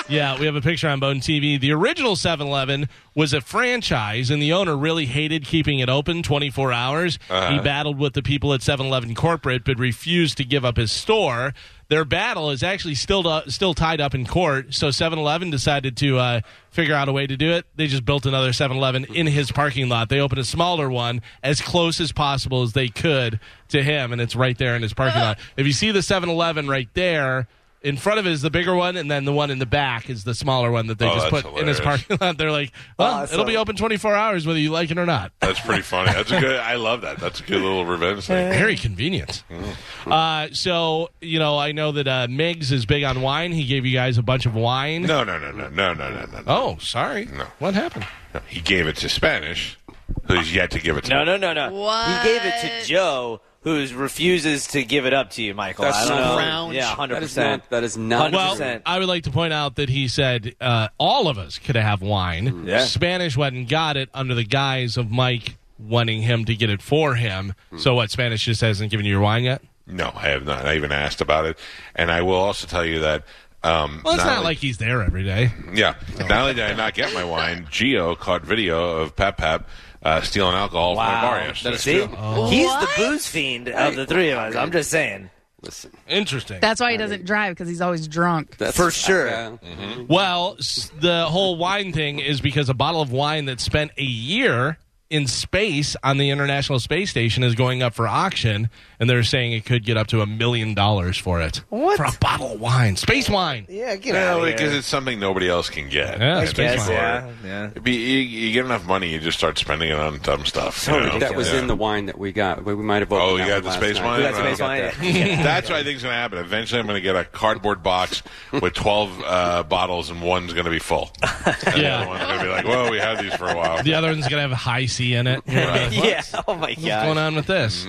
[SPEAKER 3] yeah, we have a picture on Bone TV. The original 7 Eleven was a franchise, and the owner really hated keeping it open 24 hours. He battled with the people at 7 Eleven corporate, but refused to give up his store. Their battle is actually still uh, still tied up in court. So 7 Eleven decided to uh, figure out a way to do it. They just built another 7 Eleven in his parking lot. They opened a smaller one as close as possible as they could to him, and it's right there in his parking lot. If you see the 7 Eleven right there, in front of it is the bigger one, and then the one in the back is the smaller one that they
[SPEAKER 2] Oh,
[SPEAKER 3] just put
[SPEAKER 2] that's
[SPEAKER 3] in his
[SPEAKER 2] hilarious.
[SPEAKER 3] parking lot. They're like, well,
[SPEAKER 7] Awesome.
[SPEAKER 3] it'll be open 24 hours whether you like it or not.
[SPEAKER 2] That's pretty funny. That's a good. I love that. That's a good little revenge thing.
[SPEAKER 3] Very convenient.
[SPEAKER 2] Mm-hmm.
[SPEAKER 3] Uh, so, you know, I know that uh, Miggs is big on wine. He gave you guys a bunch of wine.
[SPEAKER 2] No, no, no, no, no, no, no, no.
[SPEAKER 3] Oh, sorry.
[SPEAKER 2] No.
[SPEAKER 3] What happened?
[SPEAKER 2] no. He gave it to Spanish, who's yet to give it to.
[SPEAKER 7] Oh. No,
[SPEAKER 2] me.
[SPEAKER 7] no, no, no.
[SPEAKER 5] What?
[SPEAKER 7] He gave it to Joe, who refuses to give it up to you, Michael.
[SPEAKER 8] That's
[SPEAKER 7] I don't
[SPEAKER 8] not
[SPEAKER 7] know.
[SPEAKER 6] round.
[SPEAKER 7] Yeah, hundred
[SPEAKER 8] That is
[SPEAKER 7] percent.
[SPEAKER 8] not. That is not.
[SPEAKER 7] Well-
[SPEAKER 3] Well,
[SPEAKER 7] 100%.
[SPEAKER 3] I would like to point out that he said uh, all of us could have wine.
[SPEAKER 7] Mm. Yeah.
[SPEAKER 3] Spanish went and got it under the guise of Mike wanting him to get it for him.
[SPEAKER 2] Mm.
[SPEAKER 3] So, what, Spanish just hasn't given you your wine yet?
[SPEAKER 2] No, I have not. I even asked about it, and I will also tell you that. Um,
[SPEAKER 3] Well, it's not,
[SPEAKER 2] only-
[SPEAKER 3] like he's there every day.
[SPEAKER 2] yeah. Not only did I not get my wine, Geo caught video of Pap Pap uh, stealing alcohol from a bar yesterday.
[SPEAKER 7] See? He's the booze fiend of the three of us. I'm just saying.
[SPEAKER 8] Listen,
[SPEAKER 3] Interesting.
[SPEAKER 5] That's why he doesn't drive because he's always drunk.
[SPEAKER 8] that's
[SPEAKER 7] For sure.
[SPEAKER 8] Yeah.
[SPEAKER 3] Well, s- the whole wine thing is because a bottle of wine that spent a year in space on the International Space Station is going up for auction, and they're saying it could get up to a million dollars for it.
[SPEAKER 7] What?
[SPEAKER 3] For a bottle of wine. Space wine.
[SPEAKER 7] Yeah, get
[SPEAKER 2] No,
[SPEAKER 7] out of
[SPEAKER 2] because
[SPEAKER 7] here.
[SPEAKER 2] it's something nobody else can get.
[SPEAKER 3] Yeah, I
[SPEAKER 2] And
[SPEAKER 3] guess,
[SPEAKER 2] people
[SPEAKER 7] yeah,
[SPEAKER 2] are-
[SPEAKER 7] yeah.
[SPEAKER 2] it'd Be, you, you get enough money, you just start spending it on dumb stuff. you know?
[SPEAKER 8] That was
[SPEAKER 2] Yeah.
[SPEAKER 8] in the wine that we got. We we might have.
[SPEAKER 2] Oh,
[SPEAKER 8] opened
[SPEAKER 2] you
[SPEAKER 8] that
[SPEAKER 2] got the
[SPEAKER 8] one last
[SPEAKER 2] space
[SPEAKER 8] night.
[SPEAKER 2] wine?
[SPEAKER 7] You got the
[SPEAKER 2] No.
[SPEAKER 7] space wine?
[SPEAKER 8] that.
[SPEAKER 2] That's what I think is going to happen. Eventually, I'm going to get a cardboard box with 12 uh, bottles, and one's going to be full. And the
[SPEAKER 3] Yeah.
[SPEAKER 2] other one's going to be like, "Whoa, we had these for a while."
[SPEAKER 3] The other one's going to have a high C in it.
[SPEAKER 7] yeah. Mm-hmm. Oh my
[SPEAKER 3] What's going
[SPEAKER 7] god.
[SPEAKER 3] on with this?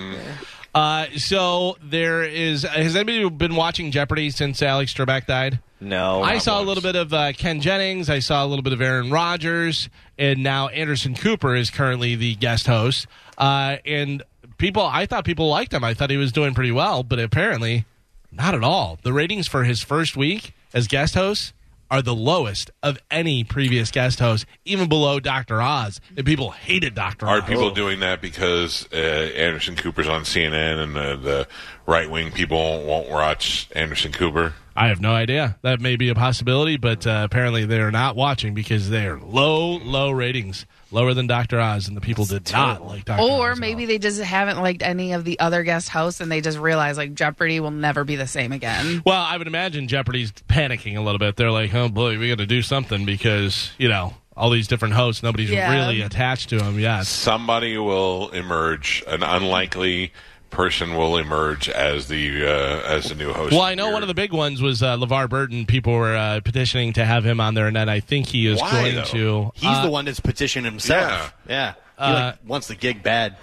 [SPEAKER 3] Uh, so there is. Has anybody been watching Jeopardy since Alex Trebek died?
[SPEAKER 2] Oh,
[SPEAKER 7] No.
[SPEAKER 3] I saw a little bit of uh, Ken Jennings. I saw a little bit of Aaron Rodgers, and now Anderson Cooper is currently the guest host. Uh, and people, I thought people liked him. I thought he was doing pretty well, but apparently, not at all. The ratings for his first week as guest host are the lowest of any previous guest host, even below Dr. Oz. And people hated Dr.
[SPEAKER 2] Are
[SPEAKER 3] Oz.
[SPEAKER 2] people
[SPEAKER 8] Oh.
[SPEAKER 2] doing that because uh, Anderson Cooper's on CNN and uh, the right wing people won't watch Anderson Cooper?
[SPEAKER 3] I have no idea. That may be a possibility, but uh, apparently they are not watching because they are low, low ratings, lower than Dr. Oz, and the people did not like Dr. Oz.
[SPEAKER 5] Or
[SPEAKER 3] at
[SPEAKER 5] maybe they just haven't liked any of the other guest hosts and they just realize like Jeopardy will never be the same again.
[SPEAKER 3] Well, I would imagine Jeopardy's panicking a little bit. They're like, "Oh boy, we got to do something because you know all these different hosts. Nobody's
[SPEAKER 5] Yeah.
[SPEAKER 3] really attached to them yet."
[SPEAKER 2] Somebody will emerge. An unlikely person will emerge as the uh, as the new host.
[SPEAKER 3] Well, I know one of the big ones was uh, LeVar Burton. People were uh, petitioning to have him on there, and then I think he is
[SPEAKER 2] Why,
[SPEAKER 3] going
[SPEAKER 2] though?
[SPEAKER 3] to. uh,
[SPEAKER 6] He's the one that's petitioned himself. Yeah. Uh, He like, wants the gig bad.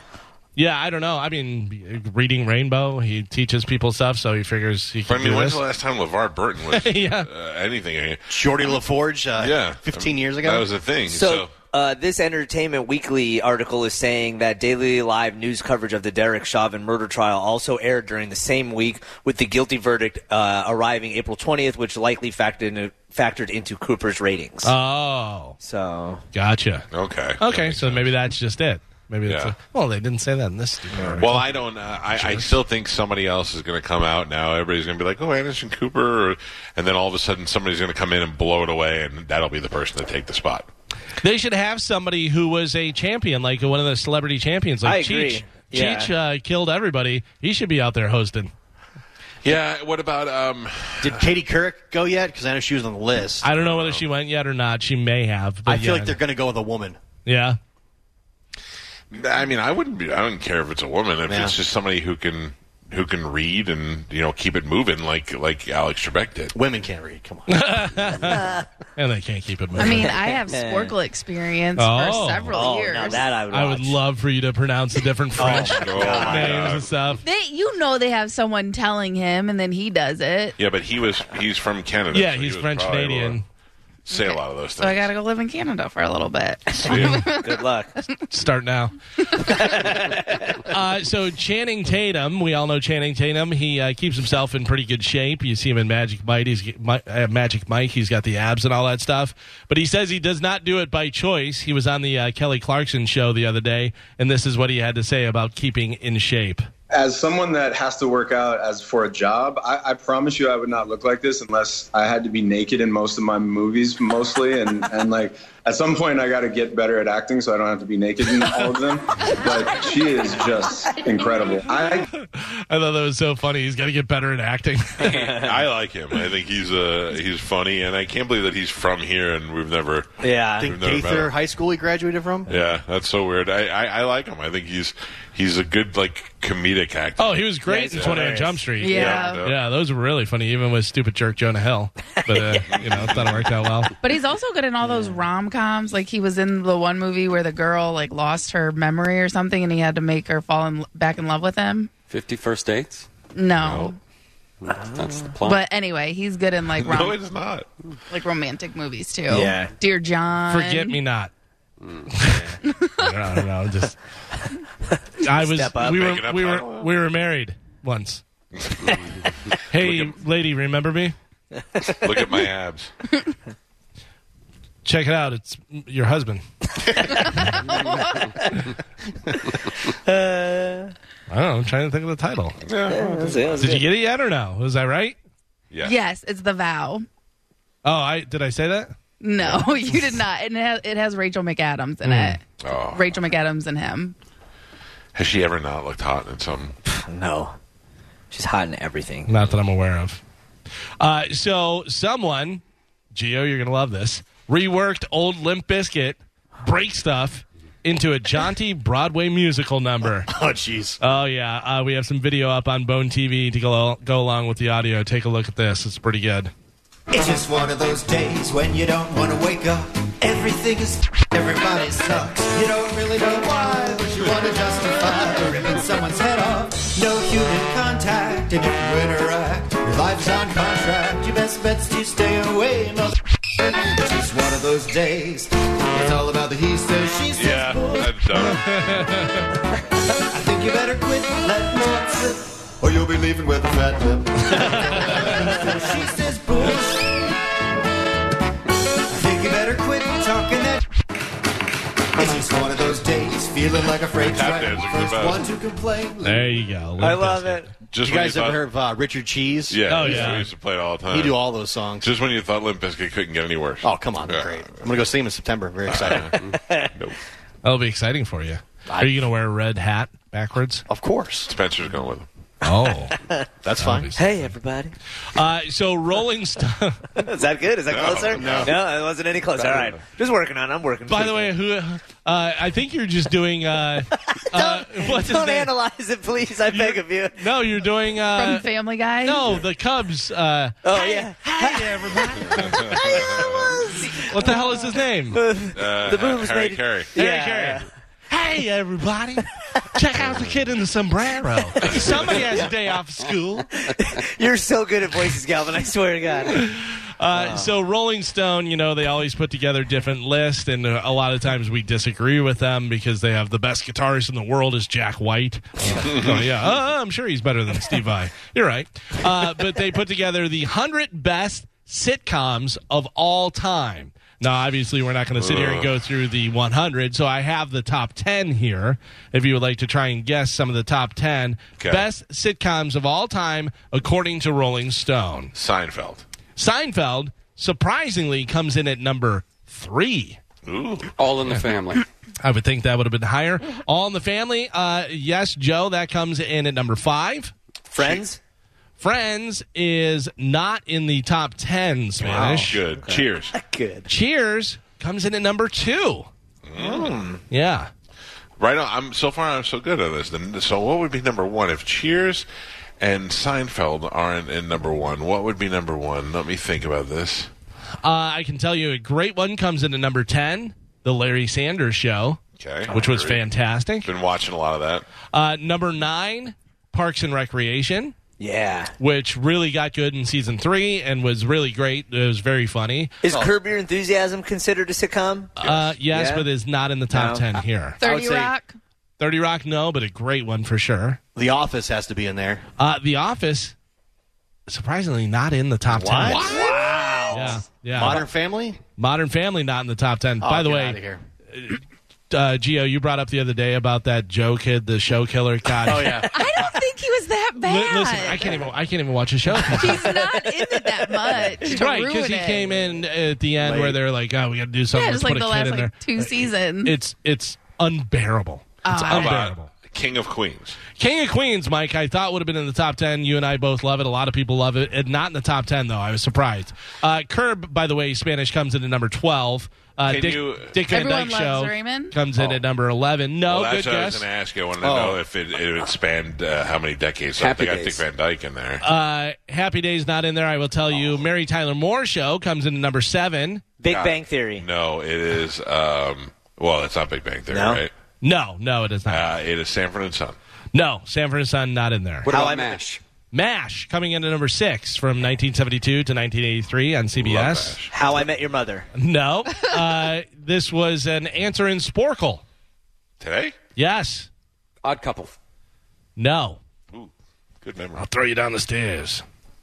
[SPEAKER 3] Yeah, I don't know. I mean, reading Rainbow, he teaches people stuff, so he figures he
[SPEAKER 2] I
[SPEAKER 3] can
[SPEAKER 2] mean,
[SPEAKER 3] do
[SPEAKER 2] when's
[SPEAKER 3] this.
[SPEAKER 2] the last time LeVar Burton was
[SPEAKER 3] Yeah.
[SPEAKER 2] uh, anything?
[SPEAKER 6] Shorty LaForge, uh,
[SPEAKER 2] Yeah,
[SPEAKER 6] 15 years ago.
[SPEAKER 2] that was a thing.
[SPEAKER 7] So, uh, this Entertainment Weekly article is saying that Daily Live news coverage of the Derek Chauvin murder trial also aired during the same week, with the guilty verdict uh, arriving April 20th, which likely factored into, factored into Cooper's ratings.
[SPEAKER 3] Oh,
[SPEAKER 7] so,
[SPEAKER 3] gotcha.
[SPEAKER 2] okay,
[SPEAKER 3] Okay, so maybe that's just it. Maybe that's
[SPEAKER 2] Yeah.
[SPEAKER 3] a, well, they didn't say that in this stupid article.
[SPEAKER 2] Well, I don't. Uh, I, I still think somebody else is going to come out now. Everybody's going to be like, "Oh, Anderson Cooper," or, and then all of a sudden, somebody's going to come in and blow it away, and that'll be the person to take the spot.
[SPEAKER 3] They should have somebody who was a champion, like one of the celebrity champions, like
[SPEAKER 7] I agree.
[SPEAKER 3] Cheech.
[SPEAKER 7] Yeah.
[SPEAKER 3] Cheech uh, killed everybody. He should be out there hosting.
[SPEAKER 2] Yeah. What about um?
[SPEAKER 6] Did Katie Couric go yet? Because I know she was on the list. I,
[SPEAKER 3] I don't know whether she went yet or not. She may have. But
[SPEAKER 6] feel
[SPEAKER 3] yeah.
[SPEAKER 6] like they're going to go with a woman.
[SPEAKER 3] yeah.
[SPEAKER 2] I mean, I wouldn't be. I don't care if it's a woman. If
[SPEAKER 6] Yeah.
[SPEAKER 2] it's just somebody who can who can read and you know keep it moving, like like Alex Trebek did.
[SPEAKER 6] Women can't read. Come on.
[SPEAKER 3] And they can't keep it moving.
[SPEAKER 5] I mean, I have Sporkle experience
[SPEAKER 3] Oh.
[SPEAKER 5] for several
[SPEAKER 7] oh,
[SPEAKER 5] years.
[SPEAKER 7] now that I would
[SPEAKER 3] I would
[SPEAKER 7] watch.
[SPEAKER 3] love for you to pronounce the different French
[SPEAKER 2] Oh, my
[SPEAKER 3] names and
[SPEAKER 2] God.
[SPEAKER 3] stuff.
[SPEAKER 5] they, you know, they have someone telling him, and then he does it.
[SPEAKER 2] Yeah, but he was he's from Canada.
[SPEAKER 3] Yeah,
[SPEAKER 2] so he
[SPEAKER 3] he's
[SPEAKER 2] was
[SPEAKER 3] French
[SPEAKER 2] probably able to
[SPEAKER 3] Canadian.
[SPEAKER 2] Say a lot of those
[SPEAKER 5] So I
[SPEAKER 2] things.
[SPEAKER 5] gotta go live in Canada for a little bit.
[SPEAKER 7] Good luck.
[SPEAKER 3] Start now. uh, so Channing Tatum, we all know Channing Tatum. He uh, keeps himself in pretty good shape. You see him in Magic Mike. He's Mi- uh, Magic Mike. He's got the abs and all that stuff. But he says he does not do it by choice. He was on the uh, Kelly Clarkson show the other day, and this is what he had to say about keeping in shape.
[SPEAKER 10] as someone that has to work out as for a job, I, I promise you I would not look like this unless I had to be naked in most of my movies mostly and, and like at some point I gotta get better at acting so I don't have to be naked in all of them. But she is just incredible. I
[SPEAKER 3] I thought that was so funny. He's got to get better at acting.
[SPEAKER 2] I like him. I think he's uh he's funny, and I can't believe that he's from here and we've never.
[SPEAKER 7] Yeah.
[SPEAKER 2] We've
[SPEAKER 6] Think
[SPEAKER 2] never met
[SPEAKER 6] Gaither
[SPEAKER 2] him.
[SPEAKER 6] High School he graduated from?
[SPEAKER 2] Yeah, that's so weird. I, I, I like him. I think he's he's a good like comedic actor.
[SPEAKER 3] oh, he was great in Twenty on Jump Street.
[SPEAKER 5] Yeah.
[SPEAKER 2] Yeah.
[SPEAKER 3] Yeah, those were really funny, even with stupid jerk Jonah Hill. But uh, you know, thought it worked out well.
[SPEAKER 5] But he's also good in all those rom coms. Like he was in the one movie where the girl like lost her memory or something, and he had to make her fall in, back in love with him.
[SPEAKER 8] Fifty first dates.
[SPEAKER 5] No,
[SPEAKER 8] That's
[SPEAKER 7] Oh.
[SPEAKER 8] the plot.
[SPEAKER 5] but anyway, he's good in like rom-
[SPEAKER 2] No, it's not.
[SPEAKER 5] like romantic movies too.
[SPEAKER 7] Yeah.
[SPEAKER 5] Dear John.
[SPEAKER 3] Forget me not. I don't know, I don't know, just I was
[SPEAKER 7] Step up,
[SPEAKER 3] we
[SPEAKER 2] make it Mm,
[SPEAKER 3] were
[SPEAKER 2] up,
[SPEAKER 3] we were
[SPEAKER 2] Kyle.
[SPEAKER 3] we were married once. hey lady, remember me?
[SPEAKER 2] Look at my abs.
[SPEAKER 3] Check it out. It's your Uh, husband. I don't know. I'm trying to think of the title.
[SPEAKER 7] That's it, that's
[SPEAKER 3] Did you
[SPEAKER 7] it.
[SPEAKER 3] get it yet or no? Was I right?
[SPEAKER 2] Yes.
[SPEAKER 5] Yes, it's the vow.
[SPEAKER 3] Oh, I did. I say that.
[SPEAKER 5] No, you did not. And it has, it has Rachel McAdams in it.
[SPEAKER 7] Mm.
[SPEAKER 2] Oh.
[SPEAKER 5] Rachel McAdams and him.
[SPEAKER 2] Has she ever not looked hot in something?
[SPEAKER 7] No. She's hot in everything.
[SPEAKER 3] Not that I'm aware of. Uh, so someone, Geo, you're gonna love this. Reworked old Limp Biscuit break stuff into a jaunty Broadway musical number.
[SPEAKER 6] Oh, jeez.
[SPEAKER 3] Oh yeah, uh, we have some video up on Bone TV to go go along with the audio. Take a look at this; it's pretty good.
[SPEAKER 11] It's just one of those days when you don't want to wake up. Everything is everybody sucks. You don't really know why, but you want to justify ripping someone's head off. No human contact, and if you interact, your life's on contract. Your best bet's to stay away. Most it's just one of those days. It's all about the he says, she says.
[SPEAKER 2] Yeah, that's done.
[SPEAKER 11] I think you better quit letting it slip, or you'll be leaving with a fat lip. she says bullshit. I think you better quit talking that. It's just one of those days, feeling like a freight
[SPEAKER 2] Tap
[SPEAKER 11] train.
[SPEAKER 2] dancing's the
[SPEAKER 11] First
[SPEAKER 2] best.
[SPEAKER 11] one to complain.
[SPEAKER 3] There you go. Limp
[SPEAKER 7] I love
[SPEAKER 3] Bizkit.
[SPEAKER 7] it.
[SPEAKER 2] Just
[SPEAKER 6] You
[SPEAKER 2] when
[SPEAKER 6] guys
[SPEAKER 2] thought,
[SPEAKER 6] ever heard of uh, Richard Cheese?
[SPEAKER 2] Yeah,
[SPEAKER 3] Oh,
[SPEAKER 2] he used to-
[SPEAKER 3] yeah.
[SPEAKER 2] he used to play it all the time.
[SPEAKER 6] He do all those songs.
[SPEAKER 2] Just when you thought Limp Bizkit couldn't get any worse.
[SPEAKER 6] Oh, come on. they're Great. I'm going to go see him in September. I'm very excited.
[SPEAKER 2] Mm-hmm. Nope.
[SPEAKER 3] That'll be exciting for you. Are you gonna wear a red hat backwards?
[SPEAKER 6] of course.
[SPEAKER 2] Spencer's going with him.
[SPEAKER 3] Oh,
[SPEAKER 6] That's fine.
[SPEAKER 7] Hey, everybody.
[SPEAKER 3] uh, so Rolling Stone.
[SPEAKER 7] Is that good? Is that
[SPEAKER 2] No,
[SPEAKER 7] closer?
[SPEAKER 2] no.
[SPEAKER 7] it wasn't any closer. All right. Just working on it. I'm working.
[SPEAKER 3] By the way, who? Uh, I think you're just doing. Uh, uh, what's his
[SPEAKER 7] Don't
[SPEAKER 3] name?
[SPEAKER 7] analyze it, please. I beg of you.
[SPEAKER 3] No, you're doing.
[SPEAKER 5] From
[SPEAKER 3] Uh,
[SPEAKER 5] Family Guy.
[SPEAKER 3] no, the Cubs. Uh,
[SPEAKER 7] Oh, yeah.
[SPEAKER 3] what the hell is his name?
[SPEAKER 2] Uh,
[SPEAKER 7] The boom was
[SPEAKER 2] Harry
[SPEAKER 7] made-
[SPEAKER 2] Carey.
[SPEAKER 3] Harry Carey. Hey, everybody. Check out the kid in the sombrero. Somebody has a day off of school.
[SPEAKER 7] You're so good at voices, Galvin. I swear to God.
[SPEAKER 3] Uh, So Rolling Stone, you know, they always put together different lists, and uh, a lot of times we disagree with them because they have the best guitarist in the world is Jack White. so, yeah, uh, I'm sure he's better than Steve Vai. You're right. Uh, but they put together the hundred best sitcoms of all time. Now, obviously, we're not going to sit here and go through the 100, so I have the top 10 here. If you would like to try and guess some of the top 10
[SPEAKER 2] Okay.
[SPEAKER 3] best sitcoms of all time, according to Rolling Stone.
[SPEAKER 2] Seinfeld.
[SPEAKER 3] Seinfeld surprisingly comes in at number three.
[SPEAKER 2] Ooh.
[SPEAKER 8] All in the family.
[SPEAKER 3] I would think that would have been higher. All in the Family, uh, yes, Joe, that comes in at number five.
[SPEAKER 7] Friends?
[SPEAKER 3] Friends is not in the top ten. Spanish.
[SPEAKER 2] Oh, Good. Cheers.
[SPEAKER 7] Good.
[SPEAKER 3] Cheers comes in at number two.
[SPEAKER 2] Mm.
[SPEAKER 3] Yeah,
[SPEAKER 2] Right on. I'm so far. I'm so good at this. Then- So what would be number one if Cheers and Seinfeld aren't in number one? What would be number one? Let me think about this.
[SPEAKER 3] uh, I can tell you a great one comes in at number ten. The Larry Sanders Show,
[SPEAKER 2] Okay.
[SPEAKER 3] which was
[SPEAKER 2] Great.
[SPEAKER 3] fantastic.
[SPEAKER 2] Been watching a lot of that.
[SPEAKER 3] Uh, number nine, Parks and Recreation.
[SPEAKER 7] Yeah.
[SPEAKER 3] which really got good in season three and was really great. It was very funny.
[SPEAKER 7] Is
[SPEAKER 2] Oh.
[SPEAKER 7] Curb Your Enthusiasm considered a sitcom?
[SPEAKER 3] Uh, yes,
[SPEAKER 7] Yeah.
[SPEAKER 3] but is not in the top
[SPEAKER 7] No.
[SPEAKER 3] ten
[SPEAKER 6] Uh,
[SPEAKER 3] here.
[SPEAKER 5] 30
[SPEAKER 6] say-
[SPEAKER 5] Rock.
[SPEAKER 3] 30 Rock, no, but a great one for sure.
[SPEAKER 6] The Office has to be in there.
[SPEAKER 3] Uh, the Office, surprisingly, not in the top ten.
[SPEAKER 6] Wow.
[SPEAKER 3] Yeah, yeah.
[SPEAKER 6] Modern Family?
[SPEAKER 3] Modern Family not in the top ten.
[SPEAKER 6] Oh,
[SPEAKER 3] By the
[SPEAKER 6] get outta
[SPEAKER 3] way,
[SPEAKER 6] here.
[SPEAKER 3] uh, Gio, you brought up the other day about that Joe kid, the show killer. God,
[SPEAKER 6] Oh, yeah.
[SPEAKER 5] I don't think he was that
[SPEAKER 3] li-
[SPEAKER 5] bad.
[SPEAKER 3] listen, I can't even I can't even watch a show.
[SPEAKER 5] He's not in it that much. To
[SPEAKER 3] right,
[SPEAKER 5] because
[SPEAKER 3] he came in at the end
[SPEAKER 6] Late.
[SPEAKER 3] where they're like, "Oh, we got to do something.
[SPEAKER 5] Yeah,
[SPEAKER 3] Let's
[SPEAKER 5] just like
[SPEAKER 3] put a kid
[SPEAKER 5] the last
[SPEAKER 3] in there."
[SPEAKER 5] like two seasons.
[SPEAKER 3] It's it's unbearable. It's
[SPEAKER 5] Ah.
[SPEAKER 3] unbearable.
[SPEAKER 2] About King of Queens.
[SPEAKER 3] King of Queens, Mike, I thought would have been in the top 10. You and I both love it. A lot of people love it. And not in the top 10, though. I was surprised. Uh, Curb, by the way, Spanish comes in at number 12. Uh,
[SPEAKER 2] Can
[SPEAKER 3] Dick,
[SPEAKER 2] you- Oh.
[SPEAKER 3] Dick Van
[SPEAKER 5] Everyone
[SPEAKER 3] Dyke
[SPEAKER 5] Loves
[SPEAKER 3] Show
[SPEAKER 5] Raymond?
[SPEAKER 3] comes in at number 11. No,
[SPEAKER 2] well, that's
[SPEAKER 3] Oh, good
[SPEAKER 2] what I was
[SPEAKER 3] guess.
[SPEAKER 2] going to ask you. I wanted to
[SPEAKER 6] Oh.
[SPEAKER 2] know if it, it would span uh, how many decades. So
[SPEAKER 8] Happy
[SPEAKER 2] I think
[SPEAKER 8] Days.
[SPEAKER 2] I think Van Dyke in there.
[SPEAKER 3] Uh, Happy Days not in there, I will tell
[SPEAKER 2] Oh.
[SPEAKER 3] you. Mary Tyler Moore Show comes in at number 7.
[SPEAKER 7] Big Bang Theory.
[SPEAKER 2] no, it is. Um, well, it's not Big Bang Theory,
[SPEAKER 7] No?
[SPEAKER 2] right?
[SPEAKER 3] No, no, it is not.
[SPEAKER 2] Uh, it is Sanford and Son.
[SPEAKER 3] no, Sanford and Son not in there.
[SPEAKER 8] What
[SPEAKER 7] How
[SPEAKER 8] about
[SPEAKER 7] I Met-
[SPEAKER 8] MASH?
[SPEAKER 3] MASH coming in at number 6 from 1972 to 1983 on CBS.
[SPEAKER 2] Love
[SPEAKER 7] How I Met Your Mother.
[SPEAKER 3] No. Uh, this was an answer in Sporkle.
[SPEAKER 2] that. Today?
[SPEAKER 3] Yes.
[SPEAKER 8] Odd Couple.
[SPEAKER 3] No.
[SPEAKER 2] Ooh, good memory.
[SPEAKER 3] Throw you down the stairs.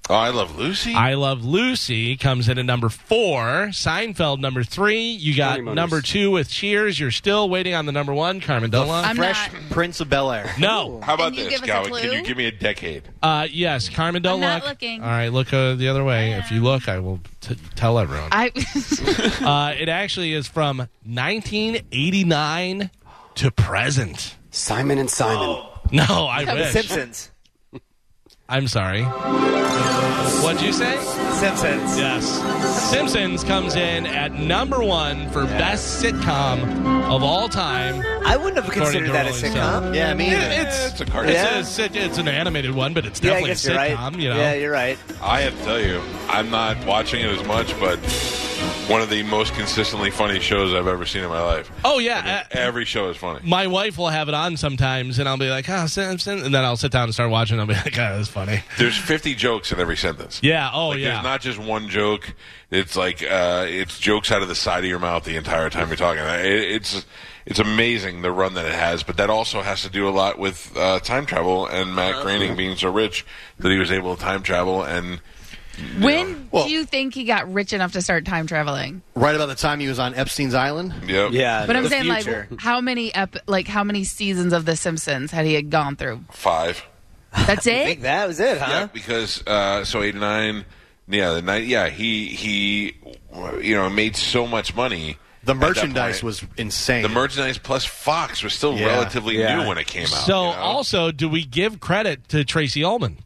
[SPEAKER 2] Oh, I love Lucy.
[SPEAKER 3] I Love Lucy comes in at number four. Seinfeld number three. You got
[SPEAKER 6] Honey Butters.
[SPEAKER 3] number two with Cheers. You're still waiting on the number one, Carmen Dunlop.
[SPEAKER 5] I'm
[SPEAKER 6] Fresh Prince of Bel Air.
[SPEAKER 3] No.
[SPEAKER 2] How about
[SPEAKER 5] Can you
[SPEAKER 2] this,
[SPEAKER 5] give us a
[SPEAKER 2] Gowan? Can
[SPEAKER 5] clue?
[SPEAKER 2] you give me a decade?
[SPEAKER 3] Uh, yes, Carmen, don't
[SPEAKER 5] I'm not
[SPEAKER 3] look.
[SPEAKER 5] looking.
[SPEAKER 3] All right, look uh, the other way. If you look, I will t- tell everyone.
[SPEAKER 5] I
[SPEAKER 3] uh, it actually is from 1989 to present.
[SPEAKER 8] Simon and Simon.
[SPEAKER 3] No, I
[SPEAKER 7] The
[SPEAKER 3] wish.
[SPEAKER 7] Simpsons.
[SPEAKER 3] I'm sorry. What'd you say?
[SPEAKER 7] Simpsons.
[SPEAKER 3] Yes. Simpsons comes in at number one for best sitcom of all time.
[SPEAKER 7] I wouldn't have
[SPEAKER 3] According to
[SPEAKER 7] considered that a
[SPEAKER 3] Rolling
[SPEAKER 7] sitcom.
[SPEAKER 3] Stone.
[SPEAKER 6] Yeah, me either.
[SPEAKER 2] Yeah, it's a cartoon.
[SPEAKER 7] Yeah.
[SPEAKER 3] It's, a, sit- it's an animated one, but it's
[SPEAKER 7] Yeah, I
[SPEAKER 3] definitely
[SPEAKER 7] guess
[SPEAKER 3] a
[SPEAKER 7] you're right.
[SPEAKER 3] sitcom. You know.
[SPEAKER 7] Yeah, you're right.
[SPEAKER 2] I have to tell you, I'm not watching it as much, but one of the most consistently funny shows I've ever seen in my life.
[SPEAKER 3] Oh yeah. uh,
[SPEAKER 2] Every show is funny.
[SPEAKER 3] my wife will have it on sometimes, and I'll be like, "Oh, Simpson," and then I'll sit down and start watching. And I'll be like, "Oh, that's funny."
[SPEAKER 2] There's 50 jokes in every sentence.
[SPEAKER 3] Yeah. Oh,
[SPEAKER 2] Like,
[SPEAKER 3] yeah.
[SPEAKER 2] There's not just one joke. It's like uh, it's jokes out of the side of your mouth the entire time you're talking. It, it's it's amazing the run that it has, but that also has to do a lot with uh, time travel and Matt Groening being so rich that he was able to time travel and
[SPEAKER 5] when do you think he got rich enough to start time traveling?
[SPEAKER 6] Right about the time he was on Epstein's Island.
[SPEAKER 2] yep.
[SPEAKER 7] Yeah,
[SPEAKER 5] But I'm
[SPEAKER 7] the
[SPEAKER 5] saying,
[SPEAKER 7] future.
[SPEAKER 5] like, how many ep- like how many seasons of The Simpsons had he had gone through?
[SPEAKER 2] five.
[SPEAKER 5] That's
[SPEAKER 7] I
[SPEAKER 5] it.
[SPEAKER 7] think that was it,
[SPEAKER 2] Yeah,
[SPEAKER 7] huh?
[SPEAKER 2] because uh, so eighty nine. Yeah, the night. Yeah, he he, you know, made so much money.
[SPEAKER 6] The
[SPEAKER 2] at that
[SPEAKER 6] merchandise
[SPEAKER 2] point.
[SPEAKER 6] was insane.
[SPEAKER 2] the merchandise plus Fox was still
[SPEAKER 6] Yeah.
[SPEAKER 2] relatively
[SPEAKER 6] Yeah.
[SPEAKER 2] new when it came out.
[SPEAKER 3] So,
[SPEAKER 2] you know?
[SPEAKER 3] also, do we give credit to Tracy Ullman?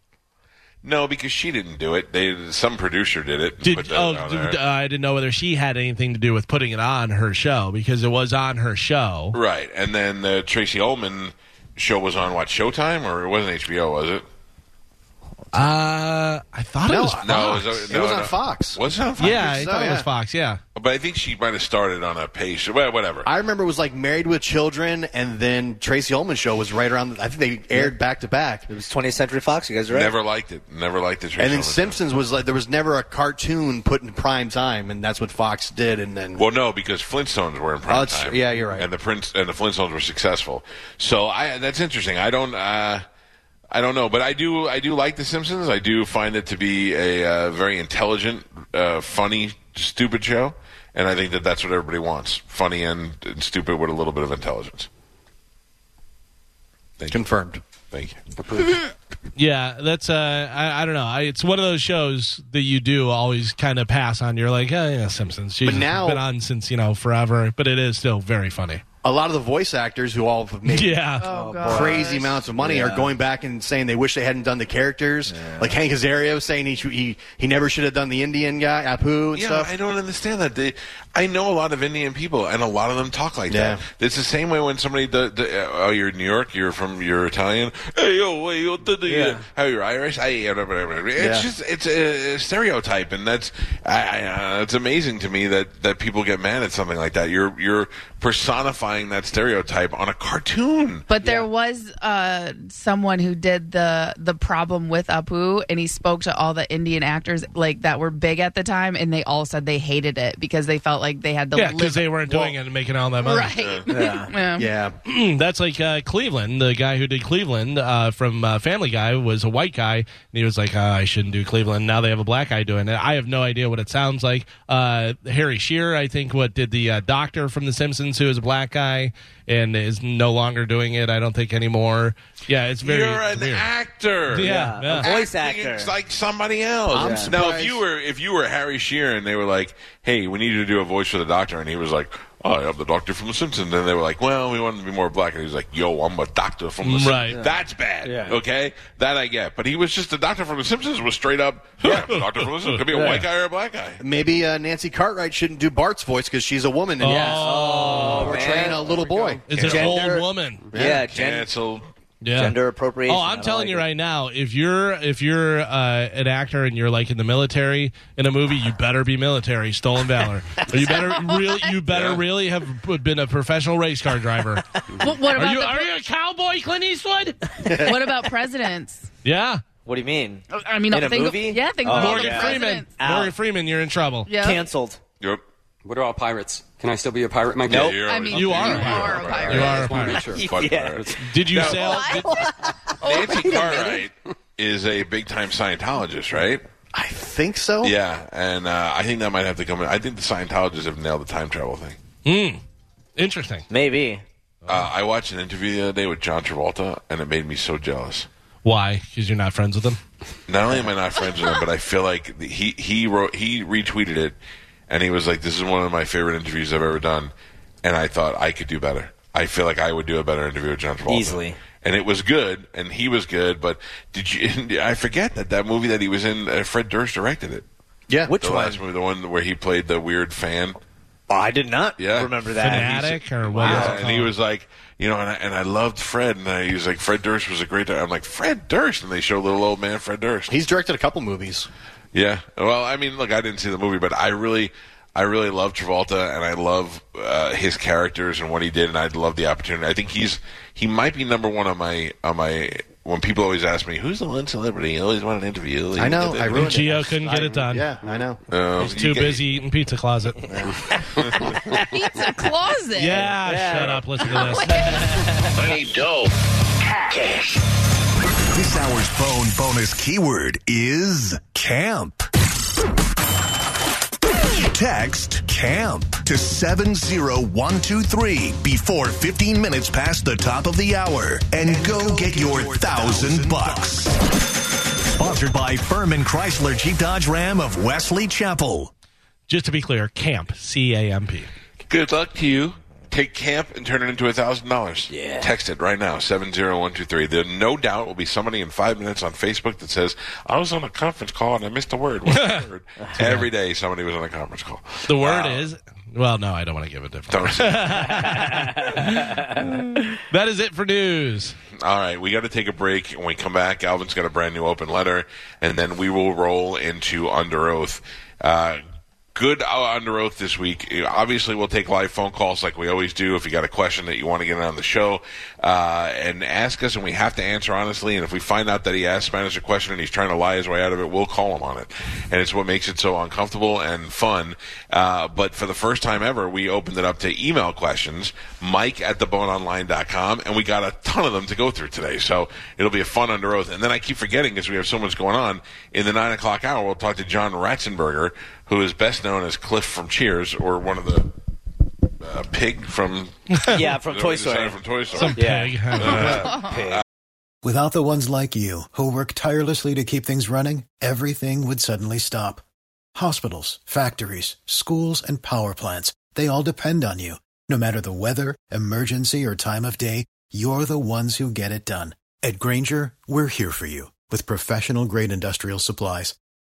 [SPEAKER 2] no, because she didn't do it. They some producer did it. and
[SPEAKER 3] Did
[SPEAKER 2] put that
[SPEAKER 3] oh,
[SPEAKER 2] down
[SPEAKER 3] d-
[SPEAKER 2] there.
[SPEAKER 3] d- I didn't know whether she had anything to do with putting it on her show because it was on her show.
[SPEAKER 2] right? And then the Tracy Ullman show was on what Showtime or it wasn't HBO, was it?
[SPEAKER 3] Uh, I thought it
[SPEAKER 6] No,
[SPEAKER 3] was
[SPEAKER 6] I-
[SPEAKER 3] Fox.
[SPEAKER 2] No, it was,
[SPEAKER 6] It was on Fox.
[SPEAKER 2] Was it on Fox?
[SPEAKER 3] Oh, yeah, I
[SPEAKER 6] so,
[SPEAKER 3] thought it was
[SPEAKER 6] yeah.
[SPEAKER 3] Fox. Yeah,
[SPEAKER 2] but I think she might have started on a page. Well, whatever.
[SPEAKER 6] I remember it was like Married with Children, and then Tracy Ullman show was right around. I think they aired back to back.
[SPEAKER 7] It was 20th Century Fox. You guys are right.
[SPEAKER 2] Never liked it. Never liked the Tracy.
[SPEAKER 6] And then
[SPEAKER 2] Ullman show.
[SPEAKER 6] Simpsons was like there was never a cartoon put in prime time, and that's what Fox did. And then
[SPEAKER 2] Well, no, because Flintstones were in prime
[SPEAKER 6] Oh, it's-
[SPEAKER 2] time.
[SPEAKER 6] yeah, you're right.
[SPEAKER 2] And the Prince and the Flintstones were successful. So I, that's interesting. I don't, uh, I don't know, but I do, I do like The Simpsons. I do find it to be a uh, very intelligent, uh, funny, stupid show, and I think that that's what everybody wants: funny and, and stupid with a little bit of intelligence. Thank you.
[SPEAKER 6] confirmed.
[SPEAKER 2] Thank you.
[SPEAKER 3] yeah. That's uh, I, I don't know. I, it's one of those shows that you do always kind of pass on. You're like, oh yeah, Simpsons. Jesus, it's
[SPEAKER 6] now-
[SPEAKER 3] been on since you know forever, but it is still very funny.
[SPEAKER 6] A lot of the voice actors who all have made
[SPEAKER 3] Yeah.
[SPEAKER 5] Oh,
[SPEAKER 6] crazy amounts of money are going back and saying they wish they hadn't done the characters. Like Hank Azaria was saying he, should- he he never should have done the Indian guy Apu and
[SPEAKER 2] yeah,
[SPEAKER 6] stuff.
[SPEAKER 2] I don't understand that. They, I know a lot of Indian people, and a lot of them talk like that. It's the same way when somebody, do, do, uh, oh, you're New York, you're from, you're Italian. Hey, yo, wait, yo, do, do,
[SPEAKER 8] Yeah.
[SPEAKER 2] how you're Irish? Hey, uh, blah, blah, blah, blah. it's
[SPEAKER 6] Yeah.
[SPEAKER 2] just it's a, a stereotype, and that's I, I, uh, it's amazing to me that, that people get mad at something like that. You're you're personifying that stereotype on a cartoon.
[SPEAKER 5] But there was uh, someone who did the the problem with Apu, and he spoke to all the Indian actors like that were big at the time, and they all said they hated it because they felt like they had to
[SPEAKER 3] Yeah,
[SPEAKER 5] live-
[SPEAKER 3] because they weren't doing it and making all that money.
[SPEAKER 5] right. Yeah.
[SPEAKER 6] yeah,
[SPEAKER 3] That's like uh, Cleveland. The guy who did Cleveland uh, from uh, Family Guy was a white guy, and he was like, uh, "I shouldn't do Cleveland." Now they have a black guy doing it. I have no idea what it sounds like. Uh, Harry Shearer, I think, what did the uh, doctor from The Simpsons, who is a black guy and is no longer doing it. I don't think anymore. Yeah, it's very.
[SPEAKER 2] You're
[SPEAKER 3] it's
[SPEAKER 2] an
[SPEAKER 3] weird.
[SPEAKER 2] actor.
[SPEAKER 3] Yeah, yeah.
[SPEAKER 7] A voice
[SPEAKER 2] acting
[SPEAKER 7] actor.
[SPEAKER 2] It's like somebody else.
[SPEAKER 6] I'm
[SPEAKER 2] Now,
[SPEAKER 6] surprised-
[SPEAKER 2] if you were if you were Harry Shearer and they were like, "Hey, we need you to do a voice for the Doctor," and he was like, "Oh, I'm the Doctor from The Simpsons," and they were like, "Well, we want him to be more black," and he was like, "Yo, I'm a Doctor from The Simpsons."
[SPEAKER 3] Right.
[SPEAKER 2] That's bad.
[SPEAKER 8] Yeah.
[SPEAKER 2] Okay, that I get. But he was just the Doctor from The Simpsons was straight up. Yeah, the Doctor from The Simpsons could be a white guy or a black guy.
[SPEAKER 6] maybe uh, Nancy Cartwright shouldn't do Bart's voice because she's a woman and
[SPEAKER 3] Oh,
[SPEAKER 6] portraying a little boy.
[SPEAKER 3] it's an
[SPEAKER 7] Gender-
[SPEAKER 3] old woman.
[SPEAKER 7] Yeah, gen-
[SPEAKER 2] Cancel.
[SPEAKER 3] Yeah.
[SPEAKER 7] gender appropriation.
[SPEAKER 3] Oh, I'm
[SPEAKER 7] I
[SPEAKER 3] telling you
[SPEAKER 7] like
[SPEAKER 3] right now, if you're if you're uh, an actor and you're like in the military in a movie, you better be military, stolen valor. Or you better really you better
[SPEAKER 2] Yeah.
[SPEAKER 3] really have p- been a professional race car driver.
[SPEAKER 5] What, what
[SPEAKER 3] are
[SPEAKER 5] about
[SPEAKER 3] you
[SPEAKER 5] the-
[SPEAKER 3] are you a cowboy, Clint Eastwood?
[SPEAKER 5] what about presidents?
[SPEAKER 3] yeah,
[SPEAKER 7] it. What do you mean?
[SPEAKER 3] Oh,
[SPEAKER 5] I mean,
[SPEAKER 7] In a
[SPEAKER 5] think
[SPEAKER 7] movie?
[SPEAKER 5] Of, yeah, think
[SPEAKER 7] Oh,
[SPEAKER 5] about all
[SPEAKER 3] Morgan
[SPEAKER 5] the
[SPEAKER 7] yeah.
[SPEAKER 3] Freeman.
[SPEAKER 5] presidents.
[SPEAKER 7] Out.
[SPEAKER 3] Morgan Freeman, you're in trouble.
[SPEAKER 5] Yeah.
[SPEAKER 7] Canceled.
[SPEAKER 2] Yep.
[SPEAKER 8] What are all pirates? Can I still be a pirate, Mike?
[SPEAKER 2] Yeah,
[SPEAKER 8] Nope.
[SPEAKER 2] you're
[SPEAKER 5] I
[SPEAKER 2] always-
[SPEAKER 5] mean,
[SPEAKER 3] You are a
[SPEAKER 5] are a pirate. Oh
[SPEAKER 3] You are a
[SPEAKER 8] Just wanna
[SPEAKER 3] pirate.
[SPEAKER 8] Make sure.
[SPEAKER 2] Fuck
[SPEAKER 7] Yeah.
[SPEAKER 2] pirates.
[SPEAKER 3] Did you
[SPEAKER 2] No.
[SPEAKER 3] sail? did-
[SPEAKER 2] Nancy Cartwright is a big time Scientologist, right?
[SPEAKER 6] I think so.
[SPEAKER 2] Yeah, and uh, I think that might have to come in. I think the Scientologists have nailed the time travel thing.
[SPEAKER 3] Hmm. Interesting.
[SPEAKER 7] Maybe.
[SPEAKER 2] Uh, I watched an interview the other day with John Travolta, and it made me so jealous.
[SPEAKER 3] Why? Because you're not friends with them.
[SPEAKER 2] Not only am I not friends with him, but I feel like the- he he wrote he retweeted it, and he was like, "This is one of my favorite interviews I've ever done," and I thought I could do better. I feel like I would do a better interview with John Travolta
[SPEAKER 7] Easily.
[SPEAKER 2] and it was good, and he was good. But did you? I forget that that movie that he was in, uh, Fred Durst directed it.
[SPEAKER 6] Yeah.
[SPEAKER 7] Which
[SPEAKER 2] the
[SPEAKER 7] one?
[SPEAKER 2] last movie, the one where he played the weird fan.
[SPEAKER 7] Oh, I did not
[SPEAKER 2] Yeah.
[SPEAKER 7] remember that.
[SPEAKER 3] Fanatic or what?
[SPEAKER 2] Yeah, and he was like, you know, and I, and I loved Fred, and I, he was like, Fred Durst was a great. Director. I'm like, Fred Durst, and they show little old man Fred Durst.
[SPEAKER 6] He's directed a couple movies.
[SPEAKER 2] Yeah. Well, I mean, look, I didn't see the movie, but I really, I really love Travolta, and I love uh, his characters and what he did, and I'd love the opportunity. I think he's he might be number one on my on my. When people always ask me, "Who's the one celebrity you always want an interview?"
[SPEAKER 6] I know. I ruined it.
[SPEAKER 3] Gio couldn't get it done.
[SPEAKER 6] Yeah, I know.
[SPEAKER 2] Uh,
[SPEAKER 3] He's
[SPEAKER 2] you
[SPEAKER 3] too
[SPEAKER 2] get-
[SPEAKER 3] busy eating pizza closet. yeah,
[SPEAKER 5] Pizza closet.
[SPEAKER 3] shut up. Listen to this.
[SPEAKER 1] This hour's phone bonus keyword is camp. Text camp to 70123 before 15 minutes past the top of the hour and go get your thousand bucks. Sponsored by Furman Chrysler Jeep Dodge Ram of Wesley Chapel.
[SPEAKER 3] Just to be clear, camp, C A M P.
[SPEAKER 2] Good luck to you. Take camp and turn it into a thousand dollars. Yeah. Text it right now, seven zero one two three. There no doubt will be somebody in five minutes on Facebook that says, I was on a conference call and I missed a word. What's the word? Every day somebody was on a conference call.
[SPEAKER 3] The word is. Well, no, I don't want to give a different.
[SPEAKER 2] Don't say-
[SPEAKER 3] That is it for news.
[SPEAKER 2] All right, we got to take a break. When we come back, Alvin's got a brand new open letter, and then we will roll into Under Oath. Uh, good uh, Under Oath this week. Uh, Obviously, we'll take live phone calls like we always do. If you got a question that you want to get on the show, uh, and ask us, and we have to answer honestly. And if we find out that he asked Spanish a question and he's trying to lie his way out of it, we'll call him on it. And it's what makes it so uncomfortable and fun. Uh, but for the first time ever, we opened it up to email questions, mike at theboneonline.com, and we got a ton of them to go through today. So it'll be a fun under oath. And then I keep forgetting because we have so much going on. In the 9 o'clock hour, we'll talk to John Ratzenberger, who is best known as Cliff from Cheers or one of the. Uh, pig from
[SPEAKER 7] Yeah, from Toy Story.
[SPEAKER 2] From Toy Story.
[SPEAKER 7] Yeah.
[SPEAKER 3] Pig. I don't know.
[SPEAKER 12] Without the ones like you, who work tirelessly to keep things running, everything would suddenly stop. Hospitals, factories, schools, and power plants, they all depend on you. No matter the weather, emergency, or time of day, you're the ones who get it done. At Granger, we're here for you with professional grade industrial supplies.